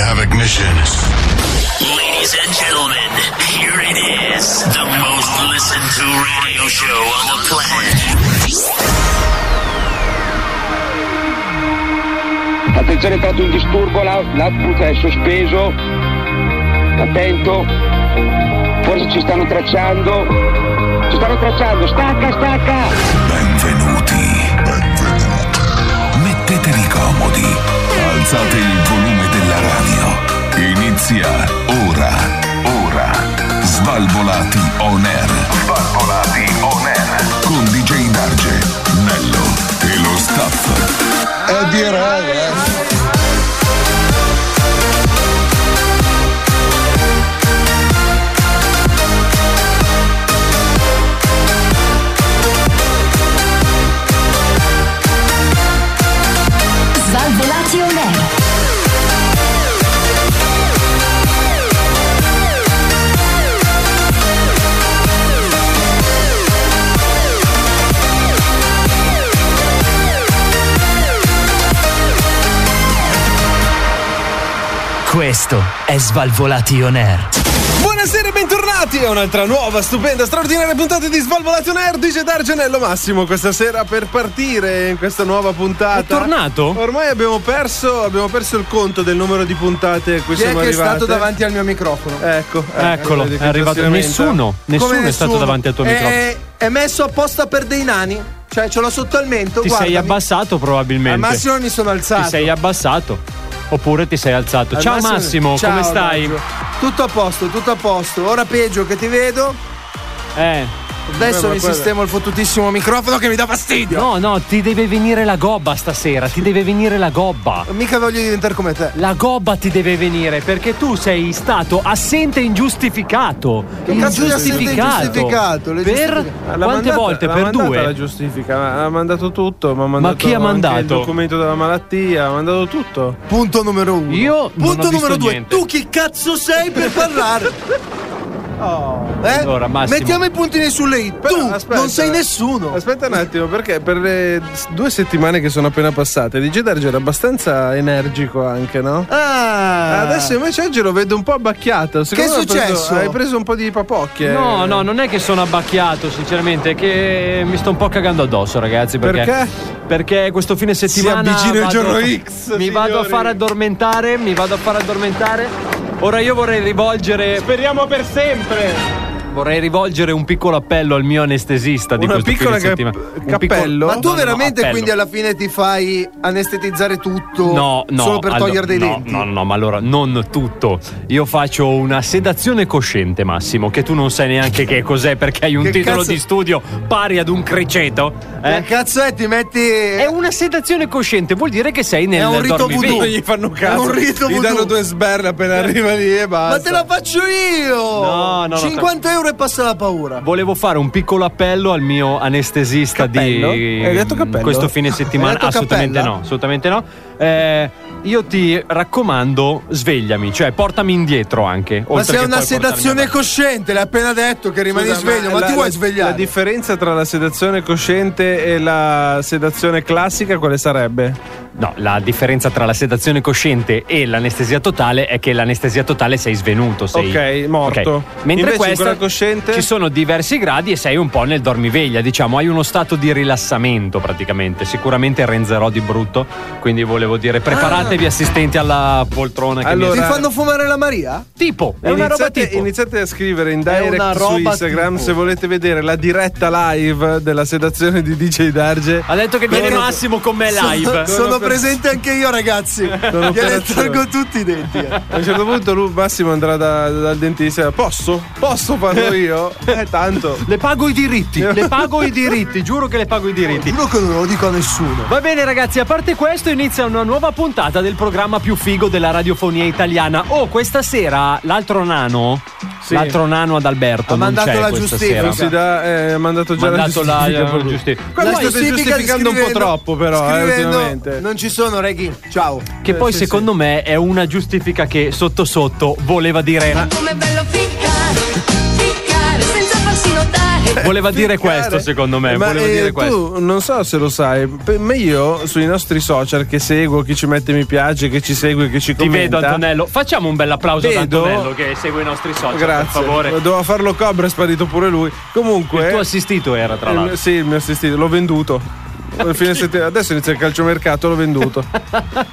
Ignitions. Ladies and gentlemen, here it is. The most listened to radio show on the planet. Attenzione, è entrato un disturbo, l'out- l'output è sospeso. Attento. Forse ci stanno tracciando. Ci stanno tracciando. Stacca, stacca! Benvenuti. Mettetevi comodi. Alzate il volume della radio. Inizia ora. Ora. Svalvolati on air. Svalvolati on air. Con DJ Darge, Nello e lo staff. E direi, Svalvolati on air. Questo è Svalvolati On Air. Buonasera e bentornati a un'altra nuova, stupenda, straordinaria puntata di Svalvolation Air. Dice Dargenello Massimo questa sera per partire in questa nuova puntata. È tornato? Ormai abbiamo perso, abbiamo perso il conto del numero di puntate a cui Chi è siamo che è arrivati. stato davanti al mio microfono? Ecco, Eccolo, vedi che è arrivato- si lamenta. nessuno, nessuno Come Eh, è stato davanti al tuo è, microfono. È messo apposta per dei nani. Cioè, ce l'ho sotto al mento. Ti guarda, sei mi- abbassato probabilmente. Al massimo mi sono alzato. Ti sei abbassato. Oppure ti sei alzato. Al Ciao Massimo, Ciao, come stai? Daggio. Tutto a posto, tutto a posto. Ora peggio che ti vedo. Eh. Adesso Beh, ma mi guarda- sistemo il fottutissimo microfono che mi dà fastidio. No, no, ti deve venire la gobba stasera, ti deve venire la gobba. Mica voglio diventare come te. La gobba ti deve venire perché tu sei stato assente ingiustificato. Che cazzo di assente ingiustificato? Le Per giustifica- L'ha quante mandata- volte? l'ha Per mandata due. la giustifica, ma ha mandato tutto, ma, ha mandato chi ha anche mandato? il documento della malattia, ha mandato tutto. Punto numero uno. Io non ho Punto numero visto due. niente. Tu chi cazzo sei per parlare? Oh. Eh? Allora, Massimo. Mettiamo i puntini sulle i. Tu Però, aspetta. non sei nessuno. Aspetta un attimo, perché per le s- due settimane che sono appena passate, DJ Darge era abbastanza energico anche, no? Ah. Adesso invece oggi lo vedo un po' abbacchiato. Secondo Che è me ha preso- successo? hai preso un po' di papocchie. No, no, non è che sono abbacchiato, sinceramente, è che mi sto un po' cagando addosso, ragazzi. Perché? Perché? Perché questo fine settimana. avvicina il vado- giorno X, Mi vado a signori. far addormentare, mi vado a far addormentare. Ora io vorrei rivolgere. Speriamo per sempre. Vorrei rivolgere un piccolo appello al mio anestesista di Una questo piccola fine cap- settimana. Un piccolo- cappello? Ma tu No, no, no, veramente appello. quindi alla fine ti fai anestetizzare tutto No, no, solo per allora- togliere dei no, denti? No, no, no, ma allora non tutto. Io faccio una sedazione cosciente, Massimo, che tu non sai neanche che cos'è perché hai un Che titolo cazzo- di studio pari ad un criceto. Che Eh? cazzo è? Ti metti È una sedazione cosciente, vuol dire che sei nel È un rito dormiveglia. voodoo. Non gli fanno caso. È un rito gli voodoo. Eh. danno due sberle appena arriva lì e basta. Ma te la faccio io! No, no, no, 50 euro e passa la paura. Boh, Volevo fare un piccolo appello al mio anestesista Cappello? di Hai detto cappello? questo fine settimana. Hai detto assolutamente cappella? no, assolutamente no. Eh, io ti raccomando, svegliami, cioè portami indietro anche. Ma oltre se è che una poi portarmi sedazione avanti. cosciente, l'hai appena detto che rimani Scusa, sveglio, ma, la- ti la- vuoi La svegliare? differenza tra la sedazione cosciente e la sedazione classica quale sarebbe? No, la differenza tra la sedazione cosciente e l'anestesia totale è che l'anestesia totale sei svenuto. Sei... Ok, morto. Ok. Mentre Invece in questa quella cosciente? ci sono diversi gradi e sei un po' nel dormiveglia, diciamo, hai uno stato di rilassamento praticamente. Sicuramente renzerò di brutto, quindi volevo dire preparatevi assistenti alla poltrona che mi- Allora- Ti fanno fumare la Maria? tipo, è una roba iniziate, tipo. iniziate a scrivere in È una direct su roba Instagram tipo. se volete vedere la diretta live della sedazione di DJ Darge. Ha detto che viene Massimo con me live. Sono, sono per- presente anche io, ragazzi. Gliene operazione. tolgo tutti i denti. eh. A un certo punto lui Massimo andrà da- dal dentista e dirà, posso? Posso farlo io? Eh tanto. Le pago i diritti, le pago i diritti, giuro che le pago i diritti. Giuro che non lo dico a nessuno. Va bene ragazzi, a parte questo inizia una nuova puntata del programma più figo della radiofonia italiana. Oh, questa sera l'altro nano, l'altro nano ad Alberto, Ha non mandato c'è la questa giustifica. sera. Si dà, eh, ha mandato già Mandato la- eh, la giustifica. la per lui. giustifica. Qua La voi state giustifica giustificando un po' scrivendo- troppo però, eh, scrivendo, ultimamente. Non ci sono, Reghi. Ciao. Che poi sì, secondo me è una giustifica che sotto sotto voleva dire... Com'è bello ficcare, ficcare senza farsi notare. Voleva dire questo, secondo me. Ma Voleva eh, dire tu questo. non so se lo sai, pe- ma io sui nostri social che seguo, chi ci mette mi piace, che ci segue, che ci Ti commenta. vedo, Antonello. Facciamo un bel applauso ad Vedo- Antonello che segue i nostri social, Grazie. per favore. Doveva farlo Cobra, è sparito pure lui. Comunque. Il tuo assistito era, tra Eh, il- l'altro. Sì, il mio assistito, l'ho venduto. Al fine settimana- Adesso inizia il calciomercato, l'ho venduto.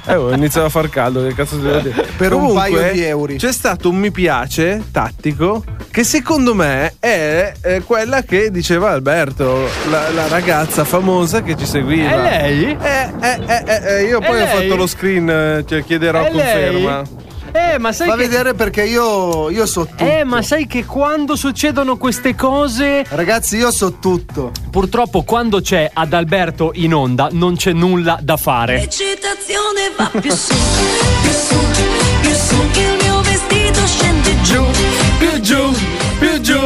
Eh, oh, iniziava a far caldo, che cazzo ti devo dire? Per un Comunque, paio di euro. C'è stato un mi piace tattico che secondo me è, eh, quella che diceva Alberto, la, la ragazza famosa che ci seguiva. E lei? Eh, eh, eh, eh, eh, io poi È ho lei? fatto lo screen, eh, cioè chiederò È lei? conferma. Eh, ma sai Fa che... vedere perché io, io so tutto. Eh, ma sai che quando succedono queste cose, Ragazzi, io so tutto. purtroppo quando c'è ad Alberto in onda non c'è nulla da fare. Eccitazione va più su, più su, più su che il mio vestito scende giù. più giù, più giù.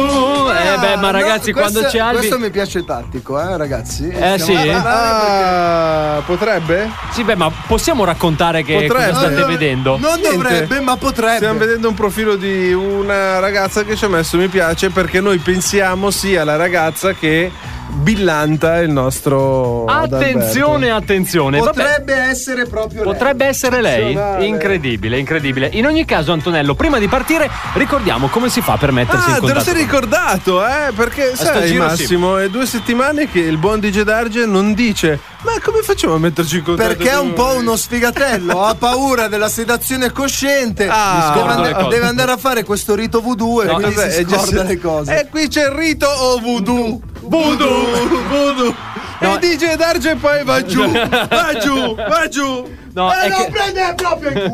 Eh beh, ma Ah, ragazzi, no, quando questo- c'è Albi Questo mi piace tattico, eh, ragazzi. Eh, sì? Ah, potrebbe? Sì, beh, ma possiamo raccontare che Potrebbe. cosa state No, no, vedendo? Non Niente. dovrebbe, ma potrebbe. Stiamo vedendo un profilo di una ragazza che ci ha messo mi piace perché noi pensiamo sia la ragazza che billanta il nostro. attenzione, Adalberto. attenzione. Vabbè. Potrebbe essere proprio lei. Potrebbe essere lei. Eccezionale. Incredibile, incredibile. In ogni caso, Antonello, prima di partire, ricordiamo come si fa per mettersi in Ah, te lo contatto. sei ricordato, eh? Perché sai, giro Massimo, è due settimane che il buon DJ Darge non dice: Ma come facciamo a metterci in contatto? Cioè, Perché è con un voi?" po' uno sfigatello, ha paura della sedazione cosciente, Ah. deve, Scorda le andare, cose. deve andare a fare questo rito voodoo e No, eh, quindi Cos'è? si È eh, già- scorda le cose. E qui c'è il rito o voodoo? Voodoo, voodoo. No. E DJ Darge poi va giù, va giù, va giù. No, Eh, è non che- prendere proprio il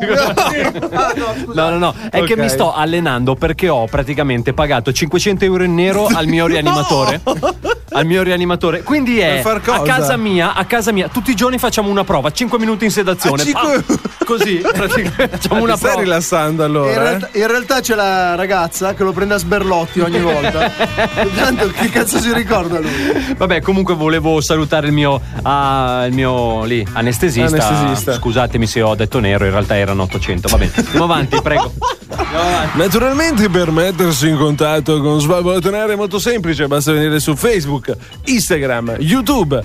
culo. Ah, no, scusa. No, no, no, è Ok. che mi sto allenando perché ho praticamente pagato 500 euro in nero al mio rianimatore. Al mio rianimatore. Quindi è Per far cosa? a casa mia, a casa mia, tutti i giorni facciamo una prova, 5 minuti in sedazione. Ah, cinque- Ah, così, praticamente facciamo Ti una stai prova. rilassando In allora? eh? realtà, in realtà c'è la ragazza che lo prende a sberlotti ogni volta. Tanto che cazzo si ricorda lui? Vabbè, comunque volevo salutare il mio, ah, il mio lì, anestesista. Anestesista. Scusatemi se ho detto nero, in realtà erano 800. Va bene, andiamo avanti, prego. Naturalmente per mettersi in contatto con Svalvolatonare è molto semplice, basta venire su Facebook, Instagram, YouTube,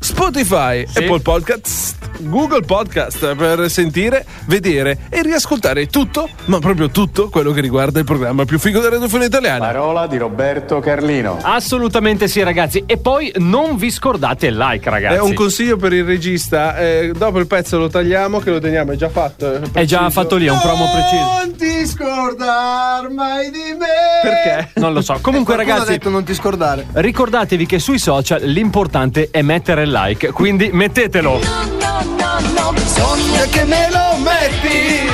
Spotify, Sì. Apple Podcast, Google Podcast per sentire, vedere e riascoltare tutto, ma proprio tutto quello che riguarda il programma più figo della radiofonia italiana. Parola di Roberto Carlino. Assolutamente sì, ragazzi. E poi non vi scordate il like, ragazzi. È un consiglio per il regista, eh, dopo il pezzo lo tagliamo che lo teniamo, è già fatto. eh, È già preciso. fatto lì, è un promo preciso. Non ti scordar mai di me. Perché? Non lo so. Comunque, Qualcuno ha ragazzi. detto non ti scordare. Ricordatevi che sui social l'importante è mettere il like, quindi mettetelo. Eh, No, no, no, no, bisogna che me lo metti,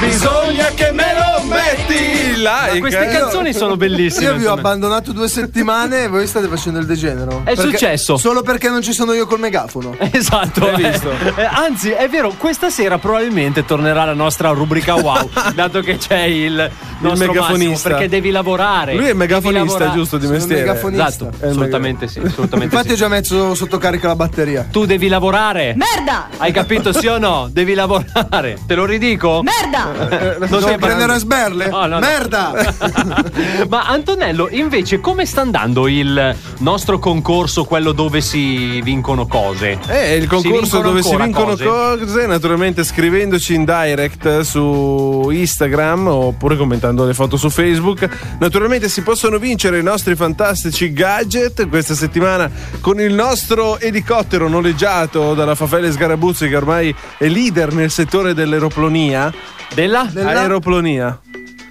bisogna che me lo metti. Like, Queste eh. canzoni sono bellissime. Io vi ho insomma. abbandonato due settimane e voi state facendo il degenero. È Perché- successo. Solo perché non ci sono io col megafono. Esatto, L'hai eh. visto? Eh, anzi è vero, questa sera probabilmente tornerà la nostra rubrica wow, dato che c'è il nostro megafonista. megafonista. Massimo, perché devi lavorare. Lui è devi megafonista, lavorare. giusto, di Sono mestiere. megafonista. Esatto, assolutamente sì, assolutamente Infatti sì. ho già messo sotto carica la batteria. Tu devi lavorare. Merda! Hai capito sì o no? Devi lavorare. Te lo ridico? Eh, Merda! Non Devo sei prendere a sberle? No, no, no. Merda! Ma Antonello, invece, come sta andando il nostro concorso, quello dove si vincono cose? Eh, il concorso vincono dove si ancora vincono cose? cose. naturalmente scrivendoci in direct su Instagram oppure commentando le foto su Facebook. Naturalmente si possono vincere i nostri fantastici gadget questa settimana con il nostro elicottero noleggiato dalla Fafele Sgarabuzzi che ormai è leader nel settore dell'aeroplonia. Della? Aeroplonia.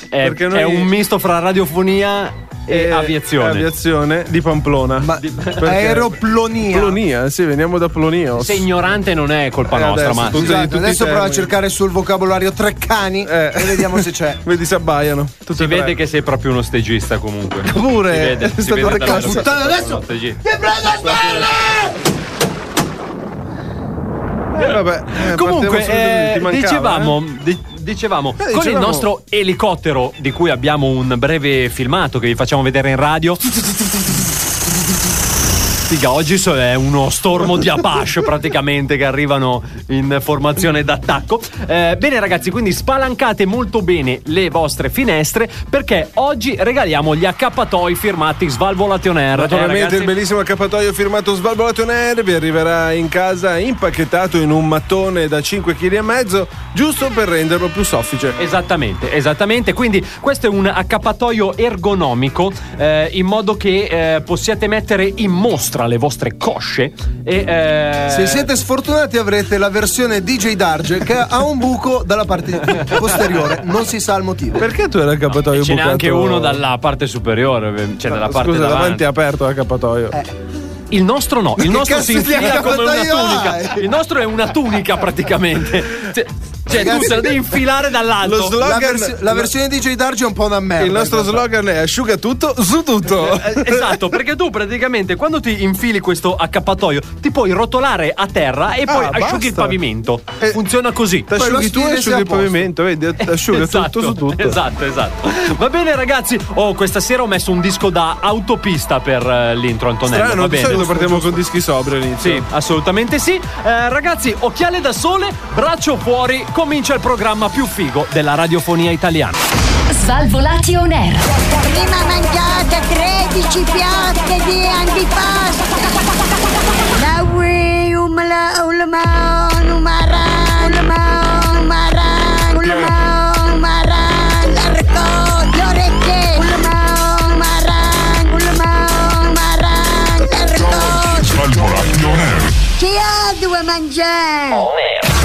È, perché noi- è un misto fra radiofonia e, aviazione. Eh, Aviazione di Pamplona. Ma Perché- aeroplonia. Plonia, sì, veniamo da Plonio. Se ignorante non è colpa Eh, nostra, adesso, ma tutti- Esatto, tutti i adesso provo a termini. cercare sul vocabolario Treccani Eh. e vediamo se c'è. Vedi, si abbaiano. Tutti si e vede tre. che sei proprio uno stagista comunque. Pure. Si vede, È si stato vede davvero recato. che sei Puttana, proprio adesso- uno stagista. Ti prendo a sberle! Eh, vabbè, eh, partiamo Comunque, subito eh, lì, ti mancava, eh? dicevamo, di- dicevamo, con il dicevamo. nostro elicottero di cui abbiamo un breve filmato che vi facciamo vedere in radio. Figa, oggi so- è uno stormo di Apache praticamente che arrivano in formazione d'attacco. Eh, bene ragazzi, quindi spalancate molto bene le vostre finestre perché oggi regaliamo gli accappatoi firmati Svalvolation Air. Eh, Naturalmente ragazzi? il bellissimo accappatoio firmato Svalvolato Air vi arriverà in casa impacchettato in un mattone da 5 kg e mezzo, giusto per renderlo più soffice. Esattamente, esattamente. Quindi questo è un accappatoio ergonomico eh, in modo che eh, possiate mettere in mostra le vostre cosce e eh, Se siete sfortunati avrete la versione DJ Darge che ha un buco dalla parte posteriore, non si sa il motivo. Perché tu hai l'accappatoio Ce n'è bucato? anche uno dalla parte superiore, cioè dalla parte Scusa, davanti. davanti è aperto l'accappatoio. Il nostro no, il Che nostro si cazzo di infila come una accappatoio tunica. hai? Il nostro è una tunica praticamente. Cioè, cioè, tu Ragazzi, se la devi infilare dall'alto. Lo La, slogan vers- la versione DJ Darge è un po' una merda. Il nostro slogan è asciuga tutto su tutto. Eh, Esatto, perché tu praticamente quando ti infili questo accappatoio ti puoi rotolare a terra e poi Ah, asciughi basta. il pavimento. Eh, Funziona così. Ti Poi asciughi lo tu stile e sia a asciughi il posto. pavimento, vedi? Asciuga tutto su tutto. Esatto, esatto. Va bene, ragazzi. Oh, questa sera ho messo un disco da autopista per eh, l'intro, Antonello. Strano, va di bene. solito partiamo con dischi sobri all'inizio. Sì, assolutamente sì. Eh, ragazzi, occhiale da sole, braccio fuori, comincia il programma più figo della radiofonia italiana. Svalvolati on air. Prima mangiate 13 piatte di antipasto. La um, ui, umla, ulma, umara, ulma, umara, um, ulma, umara, l'arco, l'orecchie, ulma, umara, ulma, umara, l'arco. Svalvolati on air. um, Chi ha due mangiare?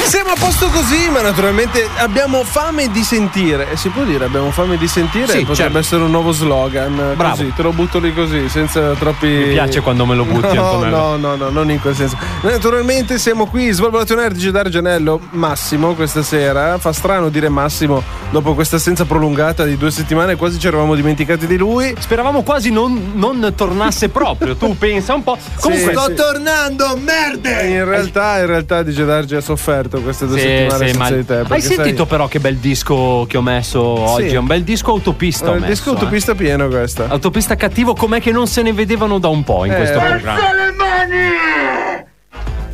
Siamo a posto così, ma naturalmente abbiamo fame di sentire. E si può dire abbiamo fame di sentire? Sì, Potrebbe certo. essere un nuovo slogan. Bravo. Così, te lo butto lì così, senza troppi. Mi piace quando me lo butti, no, Antonello. No, no, no, non in quel senso. Naturalmente siamo qui, Svalvolato Nerdice D'Argenello, Massimo questa sera. Fa strano dire Massimo dopo questa assenza prolungata di due settimane, quasi ci eravamo dimenticati di lui. Speravamo quasi non, non tornasse proprio. Tu pensa un po'. Comunque. eh, Sto tornando, merde! In realtà, in realtà DJ Darge ha sofferto queste due Sì, settimane sì, senza ma- di te. Hai perché sai- sentito però che bel disco che ho messo oggi? È un bel disco autopista. ho Eh, Il messo, disco eh. autopista pieno questa. Autopista cattivo, com'è che non se ne vedevano da un po' in Eh. questo programma?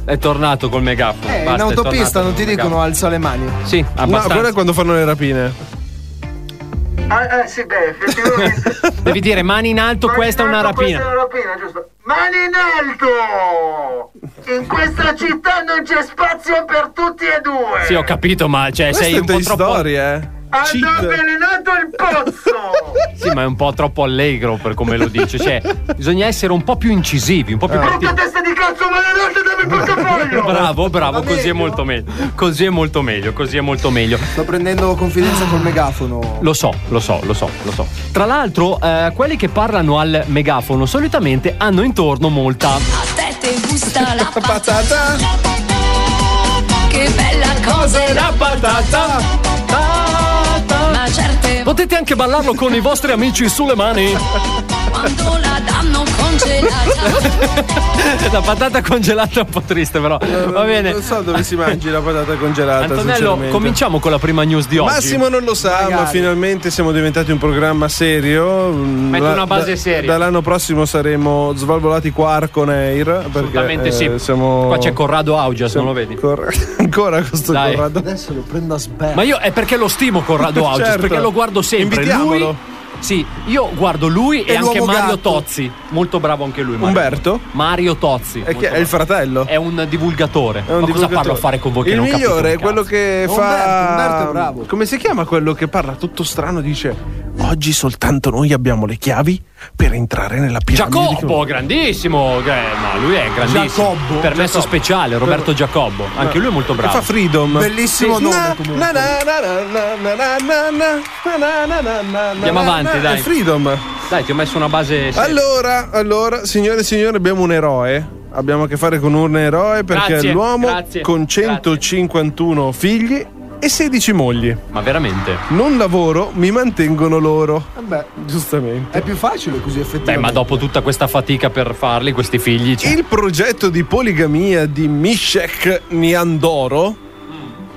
È tornato col megafono. Eh, basta, in è autopista tornato non ti col dicono megafono. alza le mani. Sì, No, abbastanza. quello è quando fanno le rapine. Ah, eh, sì, beh, effettivamente. Devi dire mani in alto, questa è una rapina. Questa è una rapina, giusto. Mani in alto! In questa città non c'è spazio per tutti e due! Sì, ho capito, ma cioè, Questa sei è un po' Toy troppo. Story, eh. Hanno Cheat. avvelenato il pozzo! Sì, ma è un po' troppo allegro per come lo dice. Cioè, bisogna essere un po' più incisivi, un po' più Eh. Brutta cattivi. testa di cazzo, maledetto, dammi il portafoglio! Bravo, bravo, così è molto meglio. Così è molto meglio, così è molto meglio. Sto prendendo confidenza col megafono. Lo so, lo so, lo so, lo so. Tra l'altro, eh, quelli che parlano al megafono solitamente hanno intorno molta. A te ti gusta la Patata. Che bella cosa è la patata! ma certe volte Potete anche ballarlo con i vostri amici sulle mani. quando la danno congelata La patata congelata è un po' triste, però. Va bene. Eh, Non so dove si mangi la patata congelata. Antonello, sinceramente. cominciamo con la prima news di oggi. Massimo non lo sa, ma finalmente siamo diventati un programma serio. Metti una base seria. Dall'anno prossimo saremo svalvolati qua con Air. Perché, Assolutamente eh, sì. Siamo... Qua c'è Corrado Augias, siamo non lo vedi? ancora- ancora questo Dai. Corrado. Adesso lo prendo a sberla. Ma io è perché lo stimo Corrado Augias, Certo. perché lo guardo sempre. Invitiamolo. Lui, sì, io guardo lui e, E anche l'uomo Mario gatto. Tozzi. Molto bravo anche lui. Mario. Umberto? Mario Tozzi. È, chi- molto è il bravo. fratello. È un divulgatore. È Ma un cosa divulgatore. parlo a fare con voi che Il non capite migliore un è quello cazzo? che fa. Umberto, Umberto è bravo. Come si chiama quello che parla tutto strano? Dice: Oggi soltanto noi abbiamo le chiavi per entrare nella piramide. di Giacobbo, grandissimo. eh, Ma lui è grandissimo. Giacobbo. Permesso Giacobbo. Eh. speciale, Roberto Giacobbo. Anche lui è molto Che bravo. fa freedom. Bellissimo Sì. nome, Na- comunque. na- na- na- na- na- na- na- na- na- na- na- na- Andiamo na- avanti, na- dai. è freedom. Dai, ti ho messo una base. seria. Allora, allora, signore e signori, abbiamo un eroe. Abbiamo a che fare con un eroe perché Grazie, è l'uomo grazie, con 151 figli e 16 mogli. Ma veramente? Non lavoro, mi mantengono loro. Eh, Vabbè, Giustamente. è più facile così Beh, effettivamente. ma dopo tutta questa fatica per farli, questi figli. cioè- Il progetto di poligamia di Mishek Niandoro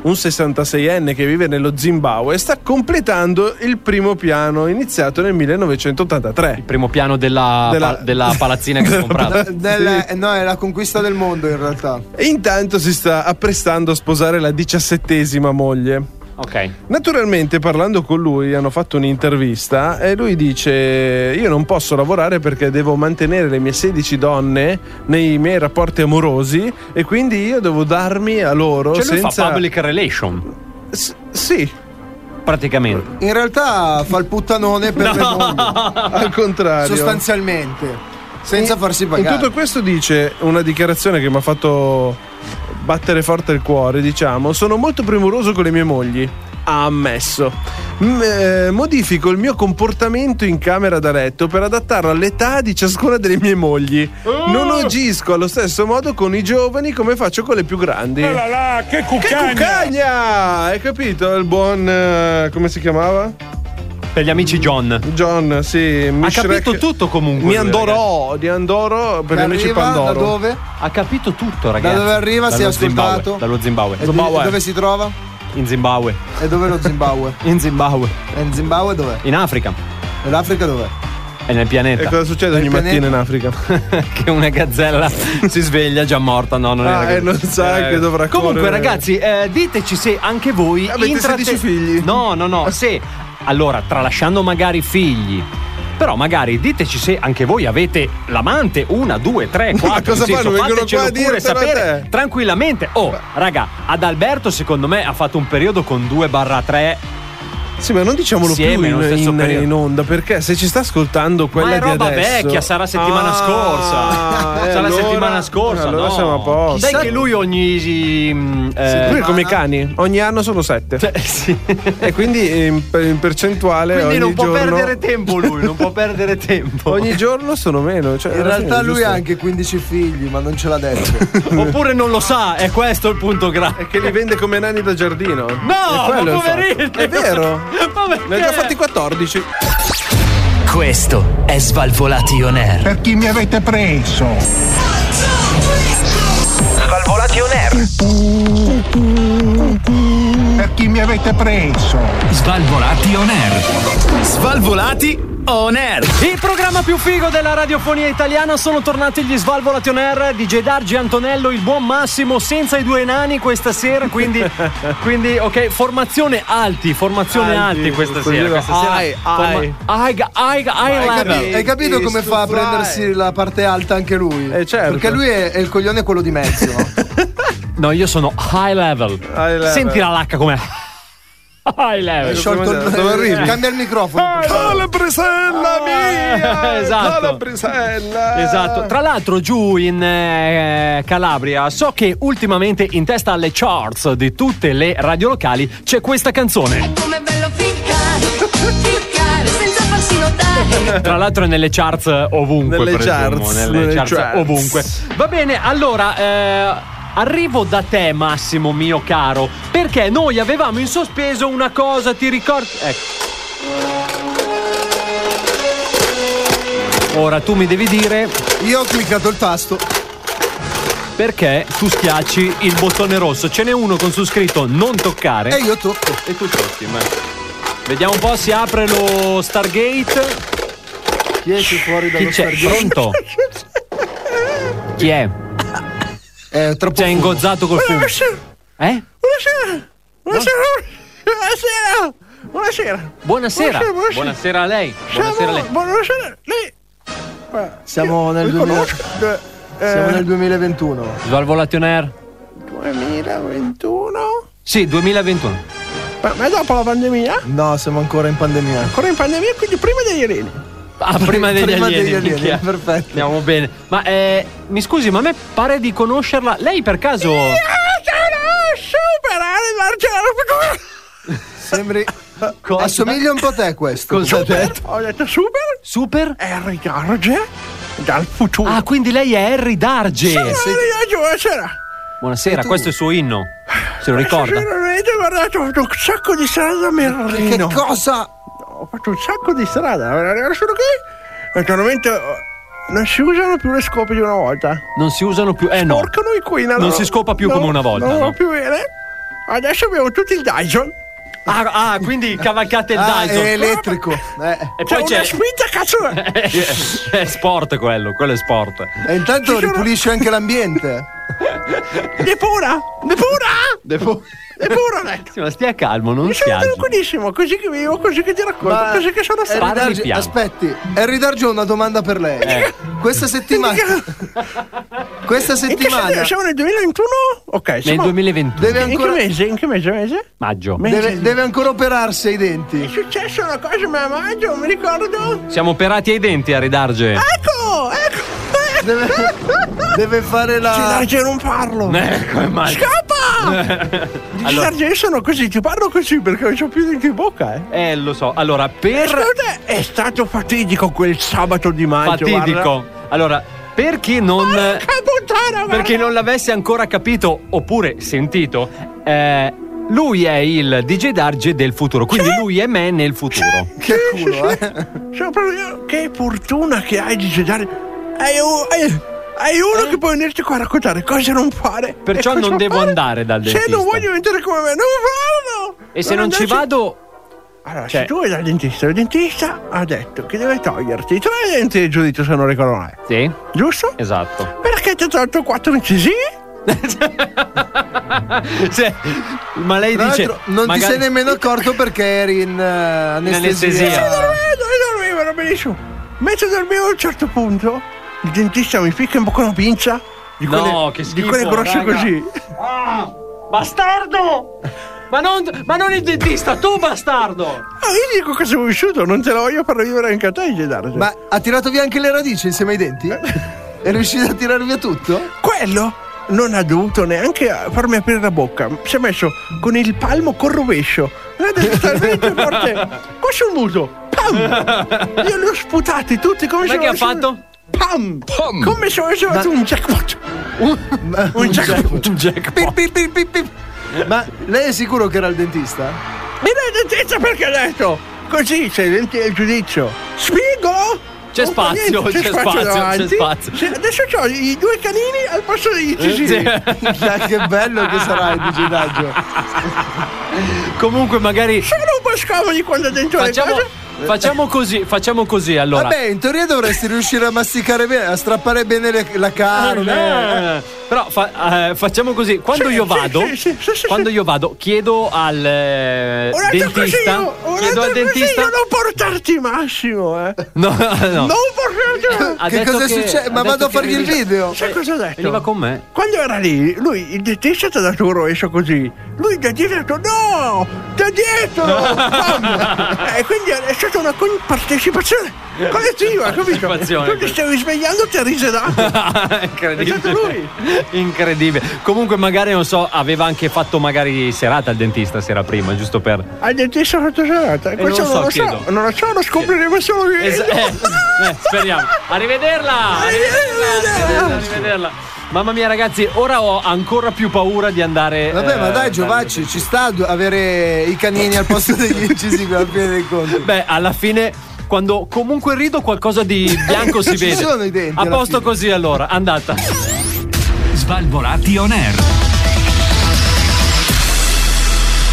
un 66enne che vive nello Zimbabwe, sta completando il primo piano iniziato nel 1983. Il primo piano della, Della- pa- della palazzina che ho comprato. Nel- No, è la conquista del mondo in realtà. E intanto si sta apprestando a sposare la diciassettesima moglie. Ok. Naturalmente parlando con lui hanno fatto un'intervista e lui dice io non posso lavorare perché devo mantenere le mie 16 donne nei miei rapporti amorosi e quindi io devo darmi a loro Cioè lui senza... fa public relation. S- sì. Praticamente. In realtà fa il puttanone per il mondo, Ah. Al contrario. sostanzialmente. Senza farsi In pagare. tutto questo dice una dichiarazione che mi ha fatto battere forte il cuore, diciamo, sono molto premuroso con le mie mogli. Ha ammesso. M- eh, modifico il mio comportamento in camera da letto per adattarlo all'età di ciascuna delle mie mogli. Non agisco allo stesso modo con i giovani come faccio con le più grandi. che Che cucagna! Hai capito? Il buon. eh, come si chiamava? Per gli amici John. John, sì. Ha Shrek- capito tutto comunque. Mi lui, andorò di Andoro per gli amici Arriva da Pandoro. dove? Ha capito tutto, ragazzi. dove arriva, si è Dallo Zimbabwe, ascoltato. Dallo Zimbabwe. E di- dove si trova? In Zimbabwe. E dove lo Zimbabwe? In Zimbabwe. E in Zimbabwe dov'è? In Africa. E l'Africa dov'è? E nel pianeta. E Ecco. cosa succede ogni Nel mattina in pianeta. Africa? che una gazzella si sveglia già morta. No, non eh, Ah, era e così. non sa che dovrà Eh. Comunque, correre. ragazzi, eh, diteci se anche voi Avete 16 figli? Eh. No, no, no. Se allora, tralasciando magari i figli. Però magari diteci se anche voi avete l'amante, una, due, tre, quattro. nel cosa senso, fanno? Vengono fatecelo qua a pure dirtelo a sapere te. tranquillamente. Oh, raga, ad Alberto secondo me ha fatto un periodo con 2 barra 3. Sì, ma non diciamolo Insieme, più nello in, stesso in- periodo. in onda perché se ci sta ascoltando quella Ma è di roba adesso- vecchia, sarà settimana Ah, scorsa. eh, sarà allora- settimana scorsa. allora no. siamo a posto. Sai che lui ogni. mm, eh, Lui è come i cani, ogni anno sono sette. Cioè, E quindi in, in percentuale Quindi ogni non può giorno perdere tempo lui, non può perdere tempo. ogni giorno sono meno. cioè, In alla realtà fine, lui giusto? ha anche 15 figli, ma non ce l'ha detto. Oppure non lo sa, è questo il punto grave. che li vende come nani da giardino. No, È quello ma il fatto. poverino! È vero. Ma perché? Ne ha già Cioè, fatti 14. eh, Questo è Svalvolati On Air. Per chi mi avete preso? Svalvolati on air. Per chi mi avete preso? Svalvolati On Air. Svalvolati On Air. Il programma più figo della radiofonia italiana sono tornati gli Svalvolati On Air di Dargi Antonello, il buon Massimo, senza i due nani questa sera. Quindi, quindi, ok, formazione alti, formazione alti, Alti, questa così sera. Ah, va. Questa sera Ai, ai. Ai, ai, ai, Hai, level. capi- hai capito come fa a Stufai. prendersi la parte alta anche lui? Eh, certo. Perché lui è, è il coglione quello di mezzo. No, io sono high level. High level. Senti la H com'è. High È level. sciolto il- Dove arrivi? Cambia il microfono. Ah, Calabrisella mia! Esatto. Calabrisella! Esatto, tra l'altro giù in eh, Calabria so che ultimamente in testa alle charts di tutte le radio locali c'è questa canzone. Com'è bello ficcare, ficcare senza farsi notare. Tra l'altro è nelle charts ovunque. Nelle presumo, charts, nelle nelle charts charts. ovunque. Va bene, allora. eh, Arrivo da te, Massimo mio caro, perché noi avevamo in sospeso una cosa, ti ricordi? Ecco. Ora tu mi devi dire Io ho cliccato il tasto. perché tu schiacci il bottone rosso. Ce n'è uno con su scritto non toccare. E io tocco. E tu tocchi, ma. Vediamo un po', si apre lo Stargate. Chi è che fuori dallo Chi c'è? Pronto? Chi è? È troppo. C'è ingozzato col fumo. Eh? Buonasera! Buonasera! Buonasera! Buonasera. Buonasera! Buonasera, buonasera. Buonasera a lei. Buonasera a lei. Buonasera! Lei! Siamo nel, 2000 conosce? siamo nel 2021. Svalvolation Air? 2021? Sì, 2021. Ma, ma è dopo la pandemia? No, siamo ancora in pandemia. Ancora in pandemia, quindi prima degli alieni. Ah, prima degli Prima alieni. degli alieni, minchia. perfetto. Andiamo bene. Ma eh, mi scusi, ma a me pare di conoscerla. Lei per caso. Ah, superare Sembri. Cosa? Assomiglia un po' a te questo. Cosa ha detto? Ho detto super Super? Harry Garge dal futuro. Ah, quindi lei è Harry Darge. buonasera! Buonasera, questo è il suo inno. Se lo ricorda. Sinceramente, guardate, ho fatto un sacco di strada a Che Merlino. cosa? ho fatto un sacco di strada. Eh, Sono qui. Naturalmente oh, non si usano più le scope di una volta. Non si usano più. Eh no. Porcano i qui. Non si scopa più come una volta, Non va no. più bene. Adesso abbiamo tutti il dungeon. Ah, ah, quindi cavalcate il Ah, dungeon. è elettrico. Eh, E c'è poi una c'è. spinta, cazzo. È, è sport quello, quello è sport. E intanto ripulisce anche l'ambiente. Depura! Depura! Devo... È puro, ho detto. Sì, ma stia calmo, non Mi sono schiacci. tranquillissimo, così che vivo, così che ti racconto, Ma- così che sono Harry stato. Darge- aspetti, Harry Darge ho una domanda per lei. Eh. Questa settimana, questa In che settimana, siamo nel 2021? Ok, Nel siamo- 2021. Deve ancora- In che mese? In che mese? mese? Maggio. deve, deve ancora operarsi ai denti. È successa una cosa, ma a maggio non mi ricordo. Siamo operati ai denti a ridarge. Ecco, ecco. Deve, deve fare la. Ah. Darge non parlo. Eh, come mai? Scappa! Dice Allora- Darge, io sono così, ti parlo così perché non c'ho più denti in bocca, eh. Eh, lo so. Allora, per Ascolta, è stato fatidico quel sabato di maggio. fatidico. guarda. Allora, perché non Porca puttana, guarda. perché non l'avessi ancora capito oppure sentito, eh, lui è il DJ Darge del futuro, quindi lui è me nel futuro. Che culo, eh? Sono proprio io. Che fortuna che hai di giocare. Hai, u- hai- hai uno che può venirti qua a raccontare cosa non fare. Eh? Perciò e cosa non devo fare. andare dal Se dentista. non vuoi diventare come me, non farlo. E se non ci andarci- vado Allora, cioè- se tu vai dal dentista, il dentista ha detto che deve toglierti tre denti di giudizio se non ricordo male. Sì, Giusto? esatto. Perché ti ha tolto quattro incisivi? Cioè, ma lei Tra dice l'altro, non ti magari- sei nemmeno accorto perché eri in eh, anestesia. anestesia. dormivo, io dormivo, era benissimo. Mentre dormivo a un certo punto, il dentista mi picca un po' con una pinza. Di No, quelle, che Di schifo, quelle grosse raga. così. Bastardo! Ma non, ma non il dentista, tu bastardo! Ah, io dico cosa ho vissuto, non te la voglio far vivere anche a te, Gedardo. Ma ha tirato via anche le radici insieme ai denti? È riuscito a tirar via tutto? quello non ha dovuto neanche farmi aprire la bocca. Si è messo con il palmo col rovescio. L'ha detto talmente forte. Qua sul muso. Pam! Io li ho sputati tutti come Ma se che ha avessi- fatto? Pam! Come se avessi fatto un jackpot. Ma- Un jackpot. Uh, Un jackpot. Pip, pip, pip, pip. Ma lei è sicuro che era il dentista? Mi dai dentista perché ha detto così c'è il, il giudizio. Spiego! C'è Non fa spazio, niente, c'è spazio, c'è davanti. spazio. Eh, Sì, adesso ho i due canini al posto degli incisivi. Dai, Ah, che bello che sarà il digitaggio. Comunque, magari Sono un po' scomodi quando dentro facciamo, le cose. facciamo così, facciamo così allora. Vabbè, in teoria dovresti riuscire a masticare bene, a strappare bene le- la carne. Eh, Però fa- eh, facciamo così, quando Sì, io sì, vado, sì, sì, sì, sì, quando sì. io vado, chiedo al eh, Un altro dentista, consiglio, un chiedo altro al dentista, consiglio, non portarti Massimo, eh. no, no, Eh, Non portarti Ha Che detto cosa è che- successo? ha Ma detto vado a che fargli il veniva- video. Sai cosa ho detto? eh, veniva con me. Quando era lì, lui, il dentista ti ha dato un rovescio così. Lui da dietro ha detto no, da dietro. Pam! e quindi è stata una partecipazione collettiva, capito? Partecipazione. Tu ti stavi svegliando e ti ha risedato. Ah, È Incredibile. stato lui. Incredibile. Comunque, magari non so, aveva anche fatto magari serata al dentista sera prima, giusto per. Al dentista fatto serata. Questo non non, so, lo chiedo. so, non lo so, lo scopriremo solo io. Es- eh, eh, speriamo. Arrivederla! Arrivederla, arrivederla. Mamma mia, ragazzi, ora ho ancora più paura di andare. Vabbè, eh, ma dai, dal- Giovacci, ci sta ad avere i canini al posto degli incisivi alla fine dei conti. Beh, alla fine. Quando comunque rido qualcosa di bianco si Ci vede. sono i denti A alla posto fine. così allora, andata. Svalvolati on air.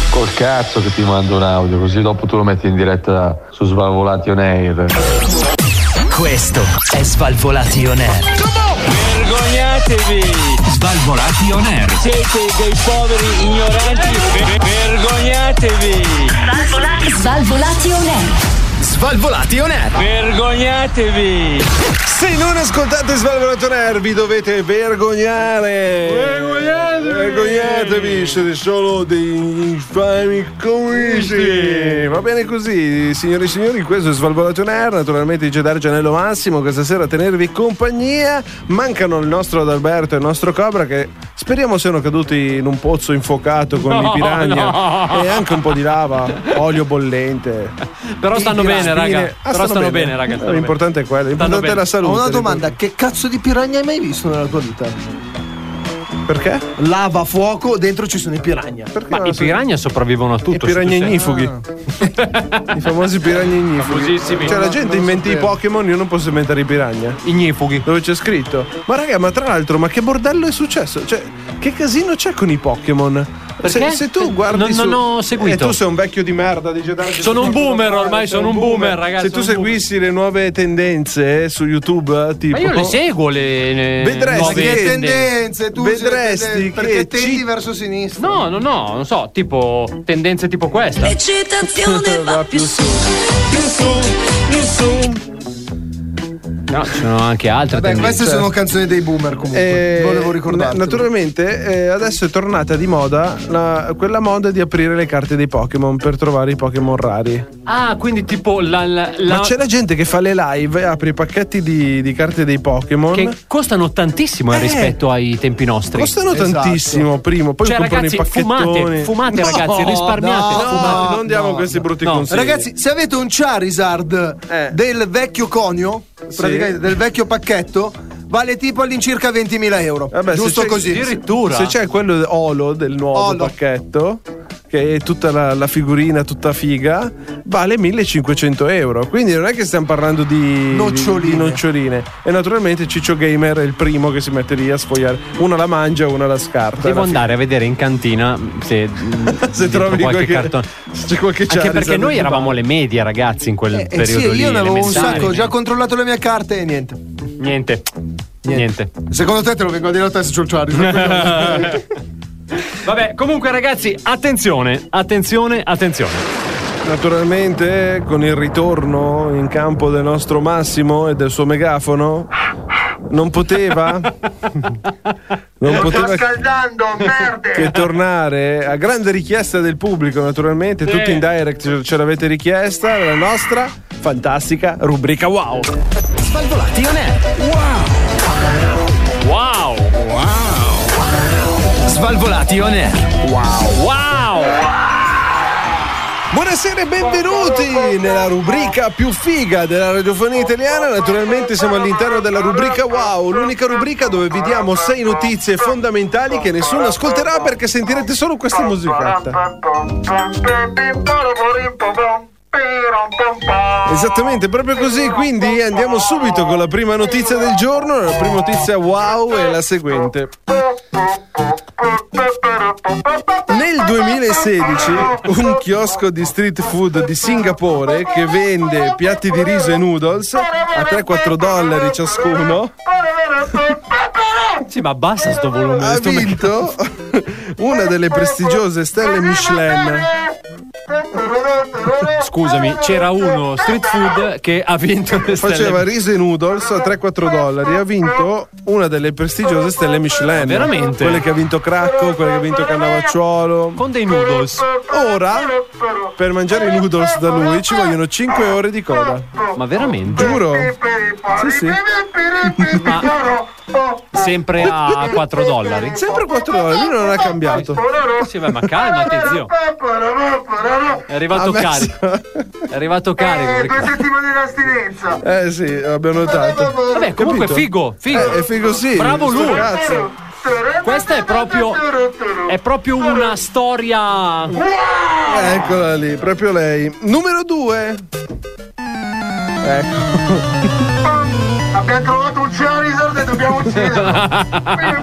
Col cazzo che ti mando un audio, così dopo tu lo metti in diretta su Svalvolati on Air. Questo è Svalvolati On Air. Vergognatevi! Svalvolati on air. Siete dei poveri ignoranti! vergognatevi! Svalvolati On Air. Svalvolati On Air. Vergognatevi! Se non ascoltate Svalvolato Air vi dovete vergognare! Vergognatevi! Vergognatevi, siete solo dei infami comunisti! Va bene così, signori e signori, questo è Svalvolato Air, naturalmente dice Dargianello Massimo, questa sera a tenervi compagnia. Mancano il nostro Adalberto e il nostro Cobra che speriamo siano caduti in un pozzo infuocato con No, l'ipiragna no. e anche un po' di lava, olio bollente. Però stanno Spine. bene, Ah, raga. Però stanno bene, raga. stanno bene. L'importante è quello, l'importante è bene. la salute. Ho una ricordo. domanda, che cazzo di piragna hai mai visto nella tua vita? Perché? Lava, fuoco, dentro ci sono i piragna. Perché Ma non i so- piranha sopravvivono a tutto. I se tu sei- piragnegnifughi. I famosi piragni ignifughi. Ah. Famosissimi. Cioè, la No, non gente lo inventa i sapevo. Pokémon, io non posso inventare i piragna. Ignifughi. Dove c'è scritto. Ma raga, ma tra l'altro, ma che bordello è successo? Cioè, che casino c'è con i Pokémon? Se, Perché? se tu guardi. Non- su... non ho seguito. E tu sei un vecchio di merda di Jedi. Sono un boomer ormai, sono un boomer, ragazzi, Se tu sono un seguissi le nuove tendenze eh, su YouTube, eh, tipo. Ma io le seguo le, le Vedresti nuove che tendenze, tu sei Vedresti tenden- che perché ci- tendi verso sinistra. No, no, no, non so, tipo tendenze tipo questa. L'eccitazione va più su, più su, più su. No, ci sono anche altre Vabbè, tendenze. queste sono canzoni dei boomer comunque. Eh, Volevo ricordarti. na- naturalmente eh, adesso è tornata di moda la- quella moda di aprire le carte dei Pokémon per trovare i Pokémon rari. Ah, quindi tipo la, la- la- Ma c'è la gente che fa le live e apre i pacchetti di, di carte dei Pokémon. che costano tantissimo eh, rispetto ai tempi nostri. Costano tantissimo, primo, poi esatto. Cioè, ragazzi, comprano i fumate, pacchettoni. fumate, ragazzi, risparmiate, No, fumate. non diamo questi brutti consigli. Ragazzi, se avete un Charizard Eh. del vecchio conio, praticamente del vecchio pacchetto, vale tipo all'incirca 20.000 euro. Vabbè, se giusto c'è- così. Se c'è quello Olo del nuovo Olo. pacchetto, che è tutta la, la figurina tutta figa, vale 1500 euro. Quindi non è che stiamo parlando di Noccioline. di noccioline. E naturalmente Ciccio Gamer è il primo che si mette lì a sfogliare. Una la mangia, una la scarta. Devo Alla fine- andare a vedere in cantina se, Se dentro trovi qualche qualche- cartone. se c'è qualche Anche Charizard perché noi occupato. eravamo le medie, ragazzi, in quel Eh, eh sì, periodo lì. io ne avevo un elementari. sacco, ho già controllato le mie carte e niente. Niente. Niente. Secondo te te lo vengo a dire a te se c'ho il Charizard? Vabbè, comunque, ragazzi, attenzione, attenzione, attenzione. Naturalmente, con il ritorno in campo del nostro Massimo e del suo megafono, non poteva. non poteva scaldando, merde! che tornare a grande richiesta del pubblico, naturalmente. Sì. Tutti in direct ce- ce l'avete richiesta, la nostra fantastica rubrica wow. Svalvolati on Wow! Wow! Svalvolati on air. Wow! Wow! Buonasera e benvenuti nella rubrica più figa della radiofonia italiana. Naturalmente siamo all'interno della rubrica Wow, l'unica rubrica dove vi diamo sei notizie fondamentali che nessuno ascolterà perché sentirete solo questa musichetta. Esattamente, proprio così. Quindi andiamo subito con la prima notizia del giorno. La prima notizia Wow è la seguente. Nel 2016 un chiosco di street food di Singapore che vende piatti di riso e noodles a 3-4 dollari ciascuno Sì, ma basta sto volume. ha sto me- vinto una delle prestigiose stelle Michelin. Scusami, c'era uno street food che ha vinto le stelle. Faceva riso e noodles a 3-4 dollari e ha vinto una delle prestigiose stelle Michelin. Veramente? Quelle che ha vinto Cracco, quelle che ha vinto Cannavacciuolo. Con dei noodles. Ora, per mangiare i noodles da lui ci vogliono 5 ore di coda. Ma veramente? Giuro? Sì, sì. Sempre a 4 dollari. Sempre 4 dollari, lui non ha cambiato. Sì, beh, ma calmati, zio. È arrivato Ha messo- carico. È arrivato carico. Due perché- settimane di astinenza. Eh sì, abbiamo notato. Vabbè, comunque Capito? figo, figo. Eh, è figo sì. Bravo sto lui. Cazzo. Questa è proprio è proprio una storia Eccola lì, proprio lei. Numero 2. Ecco. Abbiamo trovato un Charizard e dobbiamo ucciderlo.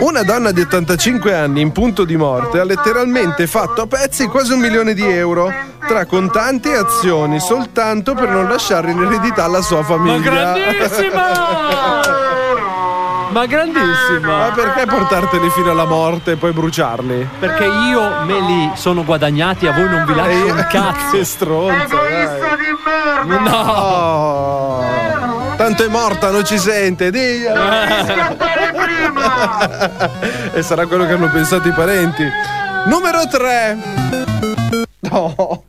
Una donna di 85 anni in punto di morte ha letteralmente fatto a pezzi quasi un milione di euro tra contanti e azioni soltanto per non lasciare in eredità alla sua famiglia. ma grandissima! Ma Ma grandissima! perché portarteli fino alla morte e poi bruciarli? Perché io me li sono guadagnati, a voi non vi lascio Eh, un Che cazzo. stronzo. eh. Egoista di merda. No! Oh. Tanto è morta, non ci sente, diglielo. Scattare prima. e sarà quello che hanno pensato i parenti. Numero 3. Diciamo No.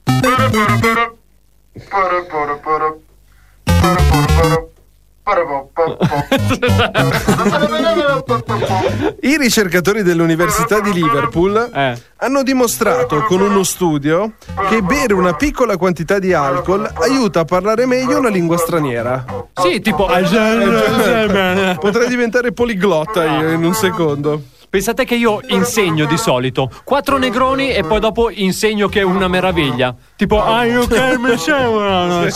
I ricercatori dell'Università di Liverpool Eh. hanno dimostrato con uno studio che bere una piccola quantità di alcol aiuta a parlare meglio una lingua straniera. Sì, tipo Potrei diventare poliglotta io in un secondo. Pensate che io insegno di solito. Quattro negroni e poi dopo insegno che è una meraviglia. Tipo, are you came ciao. Where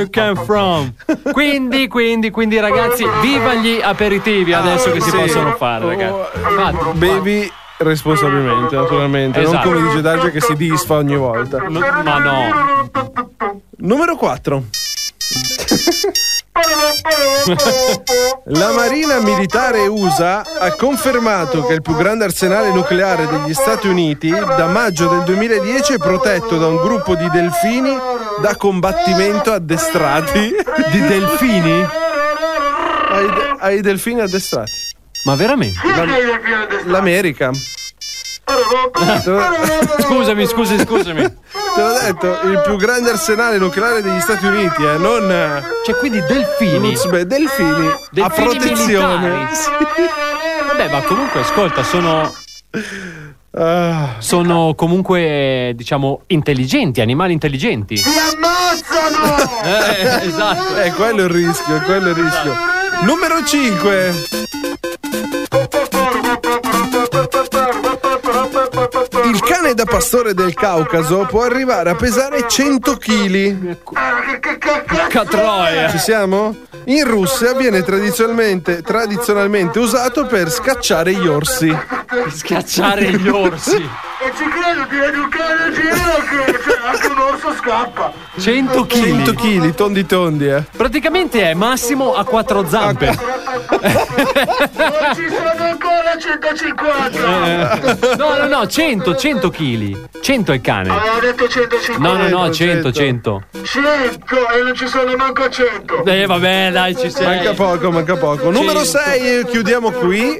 you came from? Quindi, quindi, quindi, ragazzi, viva gli aperitivi adesso che si Sì. possono fare, ragazzi. Fate. Bevi responsabilmente, naturalmente. Esatto. Non come dice Darge che si disfa ogni volta. ma no. Numero 4. La Marina militare USA ha confermato che il più grande arsenale nucleare degli Stati Uniti da maggio del 2010 è protetto da un gruppo di delfini da combattimento addestrati. Di delfini? Ai, de- ai delfini addestrati. Ma veramente? L'America. scusami, scusi, scusami. Te l'ho detto, il più grande arsenale nucleare degli Stati Uniti, eh, non. Cioè, quindi delfini. delfini, a Delfini protezione. militari. Vabbè, ma comunque, ascolta, sono. Eh, Sono comunque, diciamo, intelligenti, animali intelligenti. ammazzano! Eh, esatto. Eh, quello è il rischio, quello è il rischio. Numero 5. Il cane da pastore del Caucaso può arrivare a pesare 100 kg. Catroia! Ci siamo? In Russia viene tradizionalmente, tradizionalmente usato per scacciare gli orsi. Scacciare gli orsi. E ci credo, ti vedi un cane in giro che cioè, anche un orso scappa. 100 kg. 100 kg, tondi tondi, eh. Praticamente è Massimo a quattro zampe. Non ci sono ancora 150. Eh. No, no, no, 100, 100 kg. 100 è il cane. Aveva detto 150. No, no, no, 100, 100. 100 e non ci sono manco 100. Eh, vabbè, dai, ci sei. Manca poco, manca poco. Numero 6, chiudiamo qui.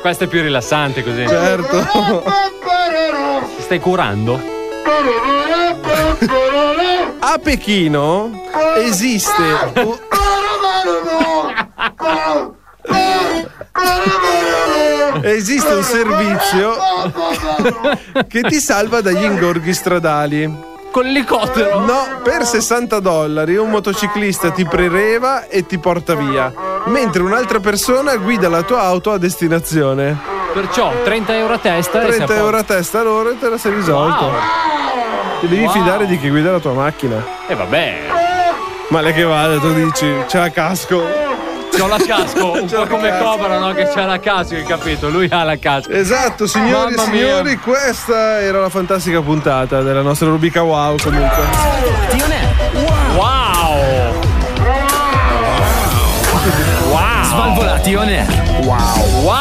Questo è più rilassante così. Certo. Ti stai curando? A Pechino esiste Esiste un servizio che ti salva dagli ingorghi stradali. Con l'elicottero? No, per 60 dollari un motociclista ti preleva e ti porta via, mentre un'altra persona guida la tua auto a destinazione. Perciò 30 euro a testa e 30 sei a euro posto. a testa all'ora e te la sei risolto. Wow. Ti devi Wow. fidare di chi guida la tua macchina. E Eh, vabbè. Ma lei che vada, tu dici, c'è la casco. C'ho la casco, un C'ho po' la come casco. Cobra, no? Che c'ha la casco, hai capito? Lui ha la casco. Esatto, signori e Mamma mia. signori, questa era la fantastica puntata della nostra rubrica Wow comunque. Wow! Wow! Svalvolati on air. Wow! Wow!